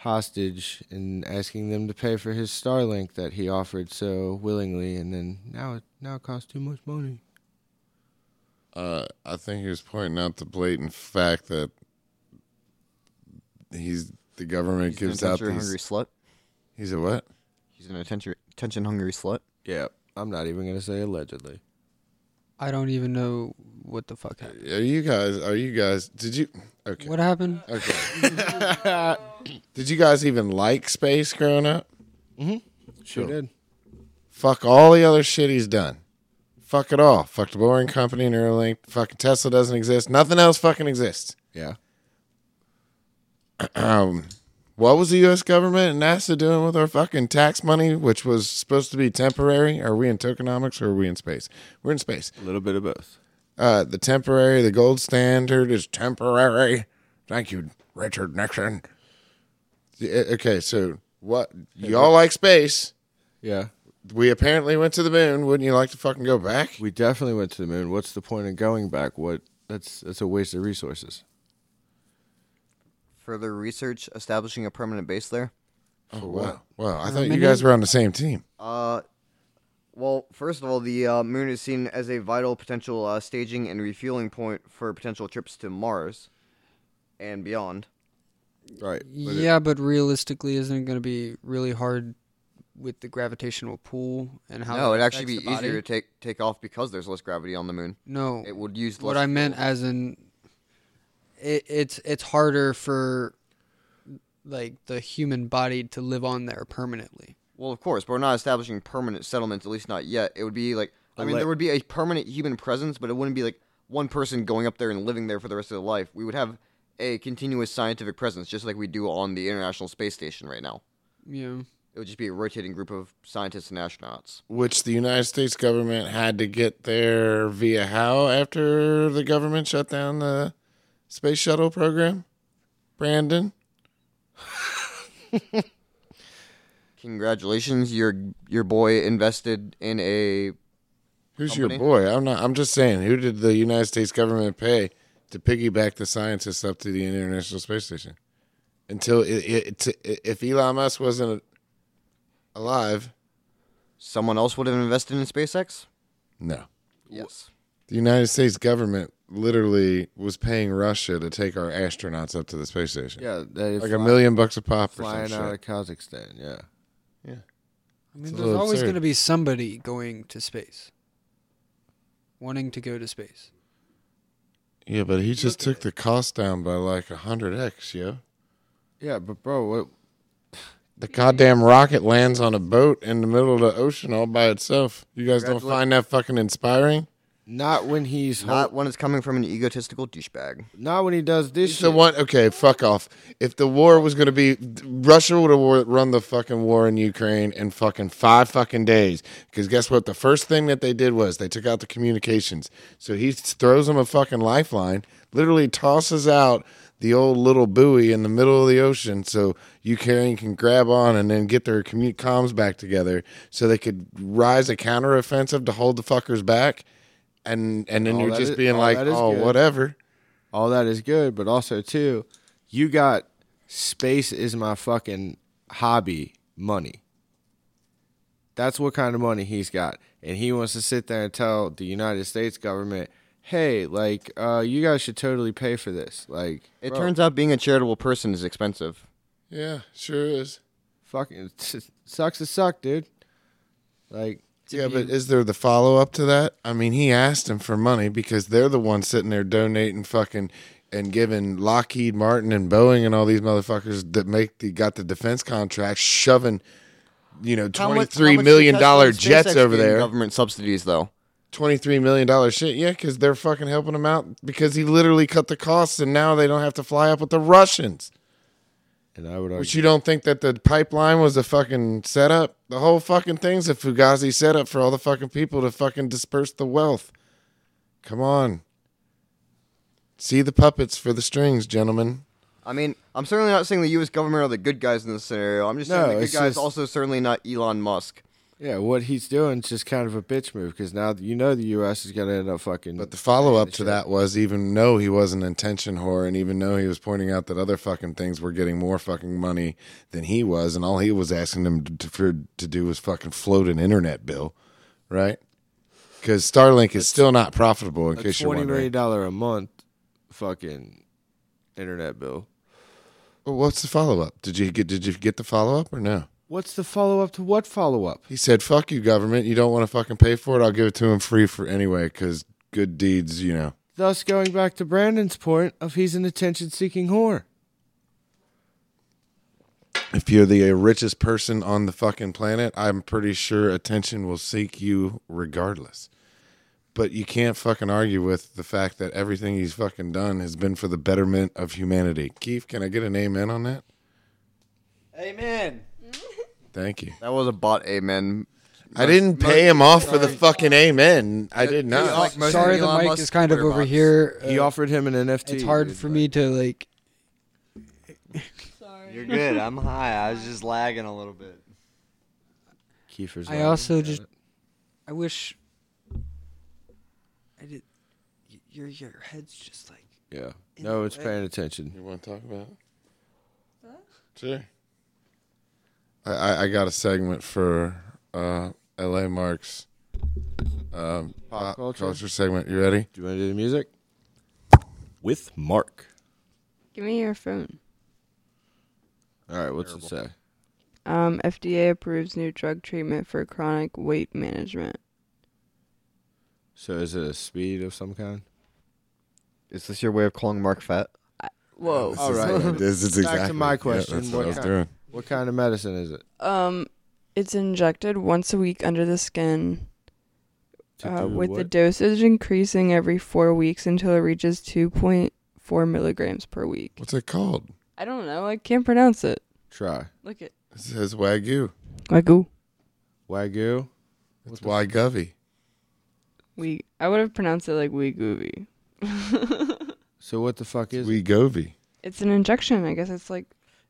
Speaker 1: hostage and asking them to pay for his Starlink that he offered so willingly, and then now it now it costs too much money.
Speaker 3: Uh, I think he was pointing out the blatant fact that he's the government
Speaker 9: He's an
Speaker 3: gives out
Speaker 9: attention
Speaker 3: these.
Speaker 9: hungry slut.
Speaker 3: He's a what?
Speaker 9: He's an attention attention hungry slut.
Speaker 1: Yeah, I'm not even gonna say allegedly.
Speaker 2: I don't even know what the fuck happened.
Speaker 3: Are you guys? Are you guys? Did you? Okay.
Speaker 2: What happened?
Speaker 3: Okay. did you guys even like space growing up?
Speaker 1: Sure did.
Speaker 3: Fuck all the other shit he's done. Fuck it all. Fuck the Boring Company, Neuralink. Fucking Tesla doesn't exist. Nothing else fucking exists.
Speaker 1: Yeah.
Speaker 3: um, what was the U.S. government and NASA doing with our fucking tax money, which was supposed to be temporary? Are we in tokenomics or are we in space? We're in space.
Speaker 1: A little bit of both.
Speaker 3: Uh, the temporary, the gold standard is temporary. Thank you, Richard Nixon. Yeah, Okay, so what? Y'all like space?
Speaker 1: Yeah.
Speaker 3: We apparently went to the moon. Wouldn't you like to fucking go back?
Speaker 1: We definitely went to the moon. What's the point of going back? What that's that's a waste of resources.
Speaker 9: Further research establishing a permanent base there.
Speaker 3: Oh, wow. Wow. I thought you guys were on the same team.
Speaker 9: Uh, well, first of all, the uh, moon is seen as a vital potential uh, staging and refueling point for potential trips to Mars and beyond.
Speaker 1: Right.
Speaker 2: yeah, but realistically, isn't it going to be really hard with the gravitational pull and how?
Speaker 9: no,
Speaker 2: that
Speaker 9: it'd actually be
Speaker 2: affects the
Speaker 9: easier to
Speaker 2: body?
Speaker 9: take take off because there's less gravity on the moon.
Speaker 2: no,
Speaker 9: It would use
Speaker 2: what
Speaker 9: less
Speaker 2: I meant as in, it, it's it's harder for like the human body to live on there permanently.
Speaker 9: Well, of course, but we're not establishing permanent settlements, at least not yet. It would be like, I mean,
Speaker 1: Unle-
Speaker 9: there would be a permanent human presence, but it wouldn't be like one person going up there and living there for the rest of their life. We would have a continuous scientific presence, just like we do on the International Space Station right now.
Speaker 2: Yeah,
Speaker 9: It would just be a rotating group of scientists and astronauts.
Speaker 3: Which the United States government had to get there via how after the government shut down the space shuttle program? Brandon?
Speaker 9: Congratulations, your your boy invested in a
Speaker 3: Who's
Speaker 9: Company?
Speaker 3: your boy? I'm not I'm just saying, who did the United States government pay to piggyback the scientists up to the International Space Station? Until it, it, it, if Elon Musk wasn't alive,
Speaker 9: someone else would have invested in SpaceX.
Speaker 3: no.
Speaker 9: Yes.
Speaker 3: The United States government literally was paying Russia to take our astronauts up to the space station.
Speaker 1: Yeah. They
Speaker 3: like
Speaker 1: fly-
Speaker 3: a million bucks a pop or some
Speaker 1: flying out
Speaker 3: shit.
Speaker 1: of Kazakhstan. Yeah.
Speaker 2: I mean,
Speaker 3: a
Speaker 2: there's
Speaker 3: little
Speaker 2: always
Speaker 3: absurd.
Speaker 2: going to be somebody going to space, wanting to go to space.
Speaker 3: Yeah, but he just took the cost down by like a hundred x. Yo,
Speaker 1: Yeah, but bro, what?
Speaker 3: the goddamn rocket lands on a boat in the middle of the ocean all by itself. You guys don't
Speaker 9: Congratula-
Speaker 3: find that fucking inspiring?
Speaker 1: Not when he's
Speaker 9: Not
Speaker 1: not,
Speaker 9: one is coming from an egotistical douchebag.
Speaker 1: not when he does this
Speaker 3: The
Speaker 1: shit.
Speaker 3: one, okay, fuck off. If the war was gonna be, Russia would have war, run the fucking war in Ukraine in fucking five fucking days. Because guess what? The first thing that they did was they took out the communications. So he throws them a fucking lifeline, literally tosses out the old little buoy in the middle of the ocean, so Ukraine can grab on and then get their commu- comms back together, so they could rise a counteroffensive to hold the fuckers back. And and then
Speaker 1: All
Speaker 3: you're
Speaker 1: that
Speaker 3: just
Speaker 1: is-
Speaker 3: being
Speaker 1: all
Speaker 3: like,
Speaker 1: that is
Speaker 3: oh,
Speaker 1: good."
Speaker 3: whatever.
Speaker 1: All that is good, but also too, you got space is my fucking hobby money. That's what kind of money he's got, and he wants to sit there and tell the United States government, "Hey, like, uh, you guys should totally pay for this." Like,
Speaker 9: It
Speaker 1: bro,
Speaker 9: turns out being a charitable person is expensive.
Speaker 3: Yeah, sure is.
Speaker 1: fucking sucks to suck, dude. Like,
Speaker 3: Yeah, but is there the follow up to that? I mean, he asked him for money because they're the ones sitting there donating fucking and giving Lockheed Martin and Boeing and all these motherfuckers that make the got the defense contracts shoving, you know,
Speaker 9: How
Speaker 3: twenty
Speaker 9: much-
Speaker 3: three
Speaker 9: how much
Speaker 3: million
Speaker 9: does
Speaker 3: dollar
Speaker 9: SpaceX
Speaker 3: jets over
Speaker 9: get in
Speaker 3: there,
Speaker 9: Government subsidies, though.
Speaker 3: twenty three million dollar shit. Yeah, because they're fucking helping him out because he literally cut the costs and now they don't have to fly up with the Russians.
Speaker 1: and I would argue,
Speaker 3: Which you don't think that the pipeline was a fucking setup? The whole fucking thing's a Fugazi setup for all the fucking people to fucking disperse the wealth. Come on. See the puppets for the strings, gentlemen.
Speaker 9: I mean, I'm certainly not saying the U.S. government are the good guys in this scenario. I'm just
Speaker 1: No,
Speaker 9: saying the good
Speaker 1: it's
Speaker 9: guys
Speaker 1: just-
Speaker 9: also certainly not Elon Musk.
Speaker 1: Yeah, what he's doing is just kind of a bitch move because now you know the U.S. is going to end up fucking.
Speaker 3: But the follow up to that was even though he was an intention whore, and even though he was pointing out that other fucking things were getting more fucking money than he was, and all he was asking them to, for, to do was fucking float an internet bill, right? Because Starlink is still not profitable. In
Speaker 1: a
Speaker 3: case you're
Speaker 1: twenty
Speaker 3: wondering,
Speaker 1: million dollar a month fucking internet bill.
Speaker 3: Well, what's the follow up? Did you get Did you get the follow up or no?
Speaker 1: What's the follow up to what follow up?
Speaker 3: He said, "Fuck you, government. You don't want to fucking pay for it. I'll give it to him free for anyway. Because good deeds, you know."
Speaker 1: Thus, going back to Brandon's point of he's an attention seeking whore.
Speaker 3: if you're the uh, richest person on the fucking planet, I'm pretty sure attention will seek you regardless. But you can't fucking argue with the fact that everything he's fucking done has been for the betterment of humanity. Keith, can I get an amen on that?
Speaker 6: Amen.
Speaker 3: Thank you.
Speaker 9: That was a bot amen.
Speaker 3: I didn't pay him off for the fucking amen. I did
Speaker 9: It's
Speaker 3: not.
Speaker 9: like most
Speaker 2: Sorry,
Speaker 9: of
Speaker 2: the
Speaker 9: Elon
Speaker 2: mic
Speaker 9: Musk's
Speaker 2: is kind of
Speaker 9: Twitter
Speaker 2: over
Speaker 9: bots.
Speaker 2: here.
Speaker 1: He
Speaker 2: Uh,
Speaker 1: offered him an NFT.
Speaker 2: it's hard
Speaker 1: dude,
Speaker 2: for
Speaker 1: like-
Speaker 2: me to like.
Speaker 6: You're good. I'm high. I was just lagging a little bit.
Speaker 1: Kiefer's
Speaker 2: I
Speaker 1: like,
Speaker 2: also
Speaker 1: "Got
Speaker 2: just,
Speaker 1: it."
Speaker 2: I wish. I did. y- Your your head's just like
Speaker 1: Yeah.
Speaker 2: in
Speaker 1: No,
Speaker 2: the
Speaker 1: it's
Speaker 2: way.
Speaker 1: paying attention.
Speaker 3: You want to talk about? Sure. I, I, I got a segment for uh, L.A. Marks um,
Speaker 1: Pop culture.
Speaker 3: culture segment. You ready?
Speaker 1: Do you want to do the music? With Mark.
Speaker 8: Give me your phone.
Speaker 1: All right, what's it say?
Speaker 8: Um, FDA approves new drug treatment for chronic weight management.
Speaker 1: So is it a speed of some kind?
Speaker 9: Is this your way of calling Mark fat?
Speaker 8: Whoa.
Speaker 3: This
Speaker 1: All
Speaker 3: is-
Speaker 1: right.
Speaker 3: This is
Speaker 1: Back to
Speaker 3: exactly
Speaker 1: my
Speaker 3: yeah,
Speaker 1: question.
Speaker 3: that's what,
Speaker 1: What
Speaker 3: I was
Speaker 1: kind-
Speaker 3: doing.
Speaker 1: What kind of medicine is it?
Speaker 8: Um, it's injected once a week under the skin,
Speaker 1: To
Speaker 8: uh,
Speaker 1: do
Speaker 8: with the
Speaker 1: what?
Speaker 8: dosage increasing every four weeks until it reaches 2.4 milligrams per week.
Speaker 3: What's it called?
Speaker 8: I don't know. I can't pronounce it.
Speaker 1: Try.
Speaker 8: Look at
Speaker 3: It says Wagyu.
Speaker 8: Wagyu.
Speaker 1: Wagyu?
Speaker 3: It's Wagovy.
Speaker 8: We. I would have pronounced it like Wegovy.
Speaker 1: So what the fuck is it?
Speaker 3: Wegovy.
Speaker 8: It's an injection. I guess it's like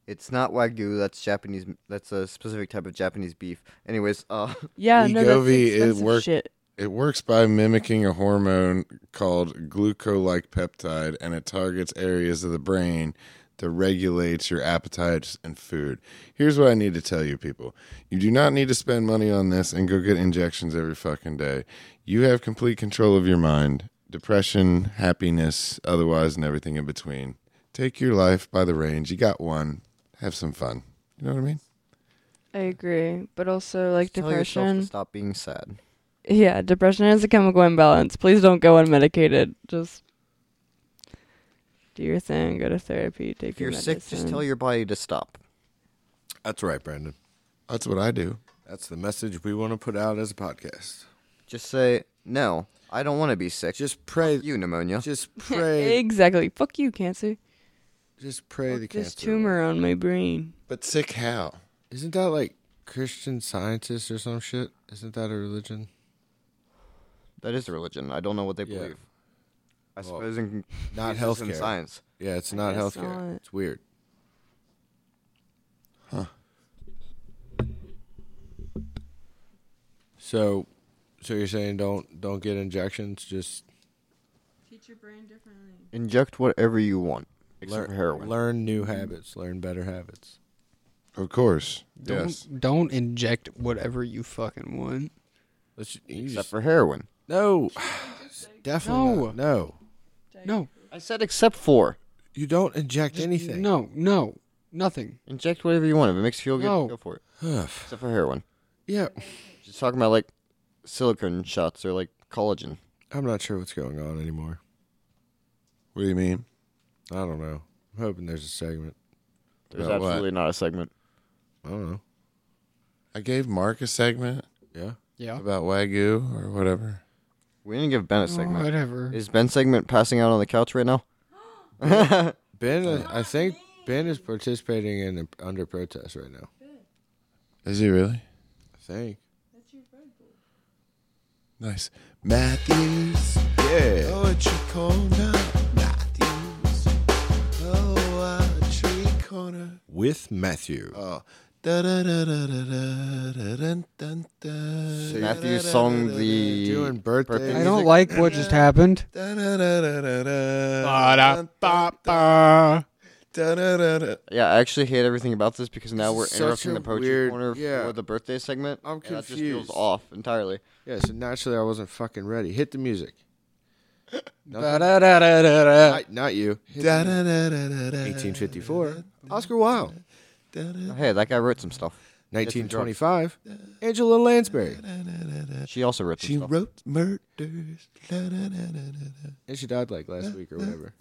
Speaker 9: It's not wagyu. That's Japanese. That's a specific type of Japanese beef. Anyways, uh,
Speaker 8: yeah. no, that's
Speaker 3: Wegovy, it
Speaker 8: expensive
Speaker 3: work-
Speaker 8: shit.
Speaker 3: It works by mimicking a hormone called gluco-like peptide, and it targets areas of the brain that regulates your appetites and food. Here's what I need to tell you, people: you do not need to spend money on this and go get injections every fucking day. You have complete control of your mind, depression, happiness, otherwise, and everything in between. Take your life by the reins. You got one. Have some fun. You know what I mean?
Speaker 8: I agree, but also like
Speaker 9: tell yourself
Speaker 8: depression.
Speaker 9: to stop being sad.
Speaker 8: Yeah, depression is a chemical imbalance. Please don't go unmedicated. Just do your thing. Go to therapy. Take
Speaker 9: If you're
Speaker 8: your
Speaker 9: sick, just tell
Speaker 8: medicine.
Speaker 9: your body to stop.
Speaker 1: That's right, Brandon.
Speaker 3: That's what I do.
Speaker 1: That's the message we want to put out as a podcast.
Speaker 9: Just say no. I don't want to be sick.
Speaker 1: Just pray.
Speaker 9: you pneumonia.
Speaker 1: Just pray.
Speaker 8: exactly. Fuck you, cancer.
Speaker 1: just pray the
Speaker 8: Fuck this
Speaker 1: cancer.
Speaker 8: tumor on my brain.
Speaker 3: But sick how?
Speaker 1: Isn't that like Christian scientists or some shit? Isn't that a religion?
Speaker 9: That is a religion. I don't know what they
Speaker 1: Yeah.
Speaker 9: believe. I
Speaker 1: Well,
Speaker 9: suppose in
Speaker 1: Not
Speaker 9: Jesus and
Speaker 1: healthcare.
Speaker 9: science.
Speaker 1: Yeah, it's
Speaker 8: I
Speaker 1: not
Speaker 8: guess
Speaker 1: healthcare.
Speaker 8: not.
Speaker 1: It's weird. Huh. So, so you're saying don't don't get injections? Just
Speaker 8: Teach your brain differently.
Speaker 9: Inject whatever you want, except for
Speaker 1: learn
Speaker 9: heroin.
Speaker 1: learn new habits, learn better habits.
Speaker 3: Of course.
Speaker 2: don't
Speaker 3: Yes.
Speaker 2: don't inject whatever you fucking want.
Speaker 1: Let's, you
Speaker 9: Except
Speaker 1: just,
Speaker 9: for heroin.
Speaker 1: no, definitely
Speaker 2: No.
Speaker 1: not. no.
Speaker 2: No,
Speaker 9: I said except for.
Speaker 1: You don't inject
Speaker 2: just
Speaker 1: anything.
Speaker 2: No, no, nothing.
Speaker 9: Inject whatever you want. If it makes you feel good,
Speaker 2: No.
Speaker 9: go for it.
Speaker 1: Ugh.
Speaker 9: Except for heroin.
Speaker 1: yeah,
Speaker 9: Just talking about like silicone shots or like collagen.
Speaker 1: I'm not sure what's going on anymore.
Speaker 3: What do you mean?
Speaker 1: I don't know. I'm hoping there's a segment.
Speaker 9: There's
Speaker 3: About what?
Speaker 9: absolutely not a segment.
Speaker 1: I don't know.
Speaker 3: I gave Mark a segment
Speaker 1: Yeah.
Speaker 2: Yeah.
Speaker 3: about Wagyu or whatever.
Speaker 9: We didn't give Ben a
Speaker 2: Oh,
Speaker 9: segment.
Speaker 2: whatever.
Speaker 9: Is Ben's segment passing out on the couch right now?
Speaker 1: Ben, is- I think Ben is participating in a- under protest right now.
Speaker 3: Is he really?
Speaker 1: I think.
Speaker 3: Nice. Matthews. Yeah. Oh, a tricona. Matthews. Oh, a tricona.
Speaker 1: With Matthew.
Speaker 3: Oh,
Speaker 9: Matthew sung the
Speaker 1: Doing birthday
Speaker 9: Perfect.
Speaker 2: I
Speaker 1: music.
Speaker 2: don't like what just happened.
Speaker 9: Yeah, I actually hate everything about this because now
Speaker 1: This
Speaker 9: we're
Speaker 1: is such
Speaker 9: interrupting
Speaker 1: a
Speaker 9: the poetry
Speaker 1: weird-
Speaker 9: corner
Speaker 1: yeah.
Speaker 9: for the birthday segment.
Speaker 1: I'm
Speaker 9: and That just feels
Speaker 1: confused.
Speaker 9: off entirely.
Speaker 1: Yeah, so naturally I wasn't fucking ready. Hit the music. Nothing.
Speaker 2: Ba-da-da-da-da-da.
Speaker 1: Not, not you. Hit the music. 1854. Oscar Wilde.
Speaker 9: Hey, that guy wrote some stuff.
Speaker 1: 1925. Angela Lansbury.
Speaker 9: She also wrote some
Speaker 3: She
Speaker 9: stuff.
Speaker 3: wrote murders. Da-da-da-da-da-da.
Speaker 1: And she died like last week or whatever.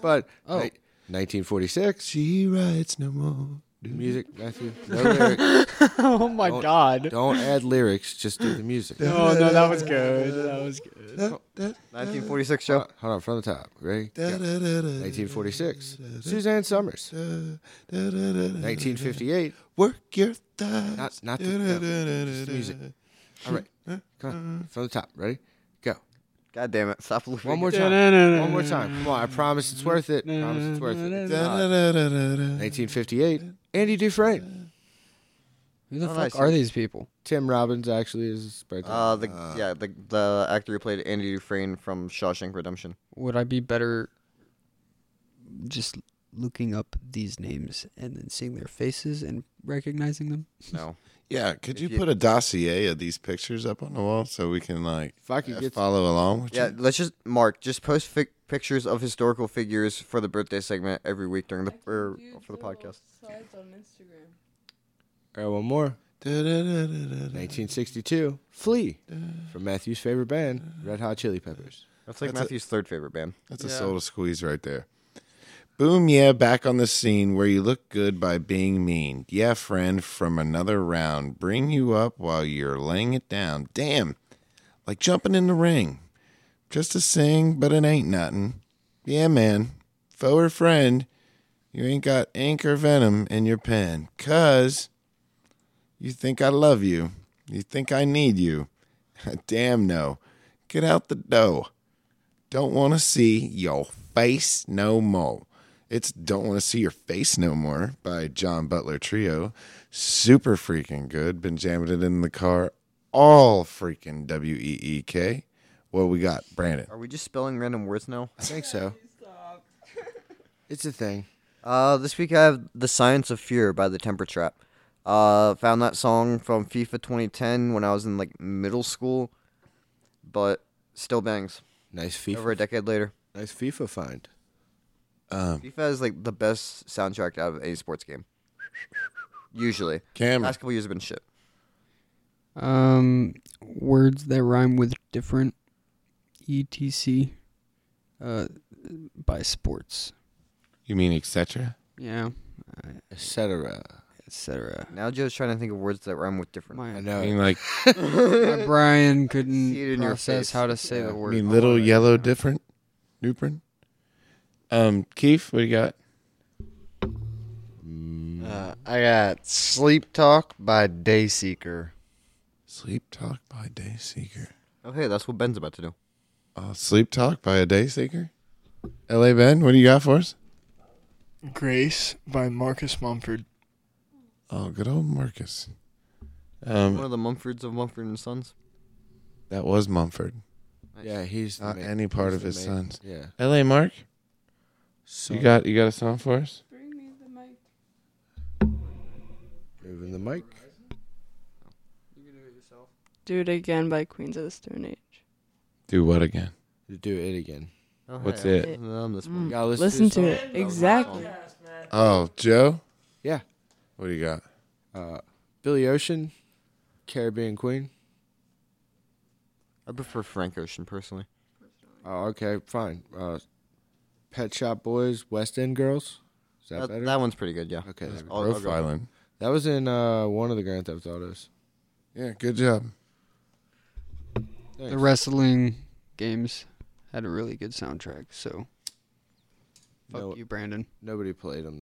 Speaker 1: But
Speaker 2: Oh.
Speaker 1: ni- 1946.
Speaker 3: She writes no more.
Speaker 1: Music, Matthew. No lyrics.
Speaker 2: Oh my god.
Speaker 1: Don't add lyrics. Just do the music. Hold
Speaker 2: Oh no, that was good. That was good.
Speaker 9: 1946 show.
Speaker 1: on, from the top. Ready? Go. 1946. Suzanne Summers. 1958.
Speaker 3: Work your thighs.
Speaker 1: Not, not the, no, just the music. All right. Come on. From the top. Ready? Go.
Speaker 9: God damn it. Stop looping.
Speaker 1: One more
Speaker 9: it.
Speaker 1: time. One more time. Come on. I promise it's worth it. promise it's worth it. 1958. Andy Dufresne.
Speaker 2: Who the
Speaker 9: Oh,
Speaker 2: fuck
Speaker 9: nice.
Speaker 2: are these people?
Speaker 1: Tim Robbins actually is his birthday.
Speaker 9: Uh, the, yeah, the, the actor who played Andy Dufresne from Shawshank Redemption.
Speaker 2: Would I be better just looking up these names and then seeing their faces and recognizing them?
Speaker 9: No.
Speaker 3: Yeah, could you
Speaker 9: you-
Speaker 3: put a dossier of these pictures up on the wall so we can like
Speaker 1: If I could
Speaker 3: uh,
Speaker 1: get-
Speaker 3: follow along? With
Speaker 9: Yeah,
Speaker 3: you?
Speaker 9: let's just, Mark, just post fi- pictures of historical figures for the birthday segment every week during the, or, for the podcast.
Speaker 8: Slides on Instagram.
Speaker 1: All right, one more.
Speaker 3: Da-da-da-da-da-da.
Speaker 1: 1962. Flea. From Matthew's favorite band, Red Hot Chili Peppers.
Speaker 9: That's like Matthew's third favorite band.
Speaker 3: That's a soul to squeeze right there. Boom, yeah, back on the scene where you look good by being mean. Yeah, friend, from another round. Bring you up while you're laying it down. Damn, like jumping in the ring. Just a sing, but it ain't nothing. Yeah, man, foe or friend, you ain't got ink or venom in your pen. Cause you think I love you. You think I need you. Damn no. Get out the dough. Don't want to see your face no more. It's Don't Want to See Your Face No More by John Butler Trio. Super freaking good. Been jamming it in the car all freaking W E E K. What we got, Brandon?
Speaker 9: Are we just spelling random words now?
Speaker 1: I think so. It's a thing.
Speaker 9: Uh, this week I have "The Science of Fear" by the Temper Trap. Uh, found that song from FIFA 2010 when I was in like middle school, but still bangs
Speaker 1: Nice FIFA.
Speaker 9: over a decade later.
Speaker 1: Nice FIFA find.
Speaker 9: FIFA is like the best soundtrack out of any sports game. Usually,
Speaker 3: Cameron.
Speaker 9: last couple years have been shit.
Speaker 2: Um, words that rhyme with different, etc. Uh, by sports.
Speaker 3: You mean etc.?
Speaker 2: Yeah,
Speaker 1: Etc.
Speaker 2: etc.
Speaker 9: Now Joe's trying to think of words that rhyme with different.
Speaker 2: My,
Speaker 1: I
Speaker 2: my
Speaker 1: know.
Speaker 3: I mean like
Speaker 2: Brian
Speaker 9: See it
Speaker 2: couldn't
Speaker 9: in your face.
Speaker 2: process how to say the
Speaker 3: I
Speaker 2: word.
Speaker 3: mean little yellow different. Newprint. Um, Keith, what do you got? Mm.
Speaker 6: Uh, I got Sleep Talk by Dayseeker.
Speaker 3: Sleep Talk by Day Seeker.
Speaker 9: Oh hey, that's what Ben's about to do.
Speaker 3: Uh, Sleep Talk by a Day Seeker. L.A. Ben, what do you got for us?
Speaker 10: Grace by Marcus Mumford.
Speaker 3: Oh, good old Marcus. Um,
Speaker 9: One of the Mumfords of Mumford and Sons.
Speaker 3: That was Mumford.
Speaker 1: Yeah, he's the
Speaker 3: Not
Speaker 1: ma-
Speaker 3: any part
Speaker 1: he's
Speaker 3: of
Speaker 1: the
Speaker 3: his
Speaker 1: ma-
Speaker 3: sons.
Speaker 1: Yeah.
Speaker 3: L.A. Mark,
Speaker 1: So
Speaker 3: you got you got a song for us?
Speaker 8: Bring me the mic.
Speaker 1: moving the mic.
Speaker 8: Do it again by Queens of the Stone Age.
Speaker 3: Do what again?
Speaker 1: Do it again.
Speaker 9: Oh, hey,
Speaker 3: What's
Speaker 9: I'm
Speaker 3: it?
Speaker 9: listening to them this
Speaker 6: Mm.
Speaker 9: morning.
Speaker 1: Y'all
Speaker 8: Listen
Speaker 1: this
Speaker 8: to
Speaker 1: song?
Speaker 8: it. Exactly.
Speaker 3: Oh, Joe.
Speaker 1: Yeah.
Speaker 3: What do you got?
Speaker 1: Uh, Billy Ocean, Caribbean Queen.
Speaker 9: I prefer Frank Ocean personally.
Speaker 1: Oh, okay, fine. Uh, Pet Shop Boys, West End Girls. Is that,
Speaker 9: That,
Speaker 1: better?
Speaker 9: that one's pretty good. Yeah.
Speaker 1: okay, there we go.
Speaker 9: I'll- I'll go.
Speaker 3: Profiling.
Speaker 1: that was in uh, one of the Grand Theft Autos.
Speaker 3: Yeah, good job.
Speaker 2: The wrestling games had a really good soundtrack. So, fuck
Speaker 1: No-
Speaker 2: you, Brandon.
Speaker 1: Nobody played them